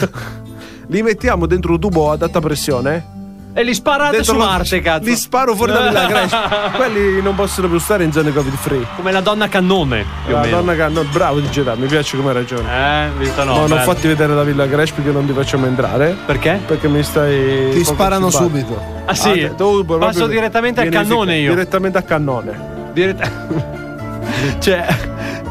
Li mettiamo dentro un tubo ad alta pressione. E li sparate Dentro su la- Marte, cazzo. Li sparo fuori da Villa Cresce. Quelli non possono più stare in zone covid free. Come la donna cannone. Più o La meno. donna che hanno. Bravo di girare, mi piace come ragione. Eh, visto no. No, non bello. fatti vedere la Villa Crash perché non ti facciamo entrare. Perché? Perché mi stai. Ti sparano subito. Ah, sì? tu proprio Passo direttamente al pianifica- cannone io. Direttamente al cannone. Dirett- c'è,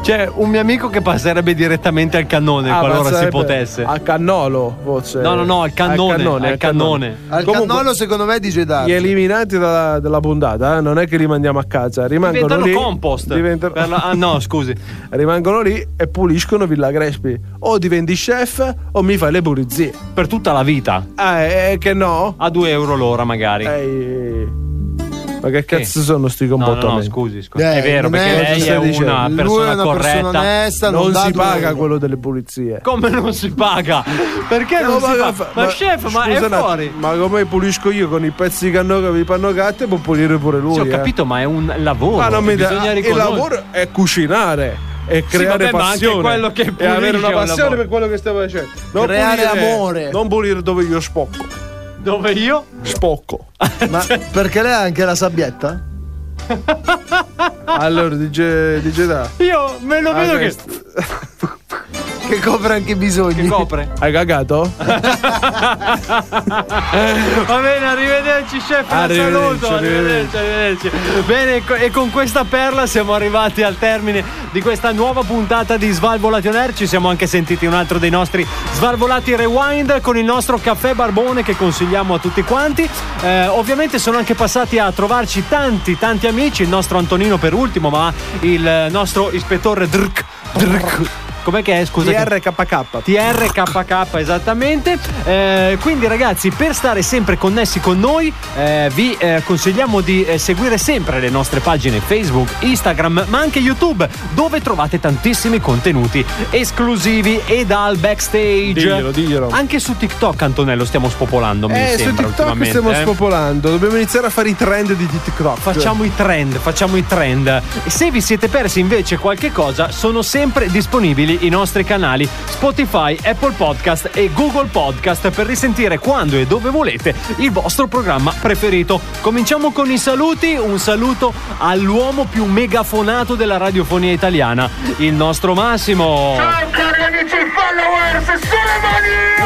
c'è Cioè, un mio amico che passerebbe direttamente al cannone Ah, qualora si passerebbe potesse. Al cannolo, forse. No, no, no, al cannone, al cannone. Al Comunque, cannolo, secondo me, dice Gli Darge. eliminati dalla, dalla puntata, eh, non è che li mandiamo a casa, rimangono Diventano lì. compost. diventano- Per la- ah, no, scusi. rimangono lì e puliscono Villa Crespi. O diventi chef o mi fai le pulizie. Per tutta la vita. Eh, eh, che no? A 2 euro l'ora, magari. Eh, Ma che cazzo sono sti No, no, comportamenti? no, scusi, scusi. Eh, è vero, perché lei è una persona corretta. non, si paga quello delle pulizie. Come non si paga? Perché eh, non si paga? Ma, chef, ma è scusa un attimo, fuori. Ma come pulisco io con i pezzi di canno che vi panno gatte, può pulire pure lui. Sì, ho eh. capito, ma è un lavoro. Ma non mi dà- bisogna il riconoscere. lavoro è cucinare e Sì, creare vabbè, ma anche passione. quello che pulisce e avere una è un passione lavoro. per quello che stiamo facendo. Non Creare pulire- amore. Non pulire dove io spocco. Dove io? Spocco. Ma perché lei ha anche la sabbietta? Allora, dice, dice da. Io me lo Ah, vedo che. questo. Che copre anche i bisogni. Che copre? Hai cagato? Va bene, arrivederci, chef. Un Arrivederci, saluto. Arrivederci, arrivederci. Bene, co- e con questa perla siamo arrivati al termine di questa nuova puntata di Svalvolati on Air. Ci siamo anche sentiti un altro dei nostri Svalvolati Rewind con il nostro caffè barbone che consigliamo a tutti quanti. Eh, ovviamente sono anche passati a trovarci tanti, tanti amici. Il nostro Antonino per ultimo, ma il nostro ispettore Drk. Drk. Com'è che è? Scusa. che- TRKK. TRKK esattamente. Eh, quindi ragazzi, per stare sempre connessi con noi, eh, vi eh, consigliamo di eh, seguire sempre le nostre pagine Facebook, Instagram, ma anche YouTube, dove trovate tantissimi contenuti esclusivi e dal backstage. Diglielo, diglielo. Anche su TikTok, Antonello, stiamo spopolando. mi Eh, su sembra, TikTok ultimamente, stiamo eh. spopolando. Dobbiamo iniziare a fare i trend di TikTok. Facciamo i trend, facciamo i trend. Se vi siete persi invece qualche cosa, sono sempre disponibili i nostri canali Spotify, Apple Podcast e Google Podcast per risentire quando e dove volete il vostro programma preferito. Cominciamo con i saluti, un saluto all'uomo più megafonato della radiofonia italiana, il nostro Massimo. Ciao cari amici followers, sulle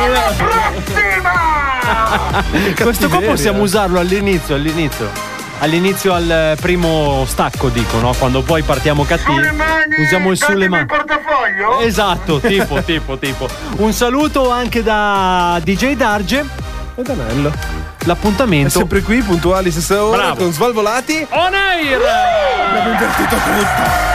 mani alla prossima! Questo qua cattiveria. possiamo usarlo all'inizio, all'inizio. All'inizio al eh, primo stacco, dico, no? Quando poi partiamo cattivi. Sulle mani! Usiamo il datemi sulle mani. il portafoglio? Esatto, tipo, tipo, tipo. Un saluto anche da DJ Darge. E Danello. L'appuntamento. Sempre qui, puntuali, stessa ora, Bravo. con Svalvolati. On air! Abbiamo invertito tutto.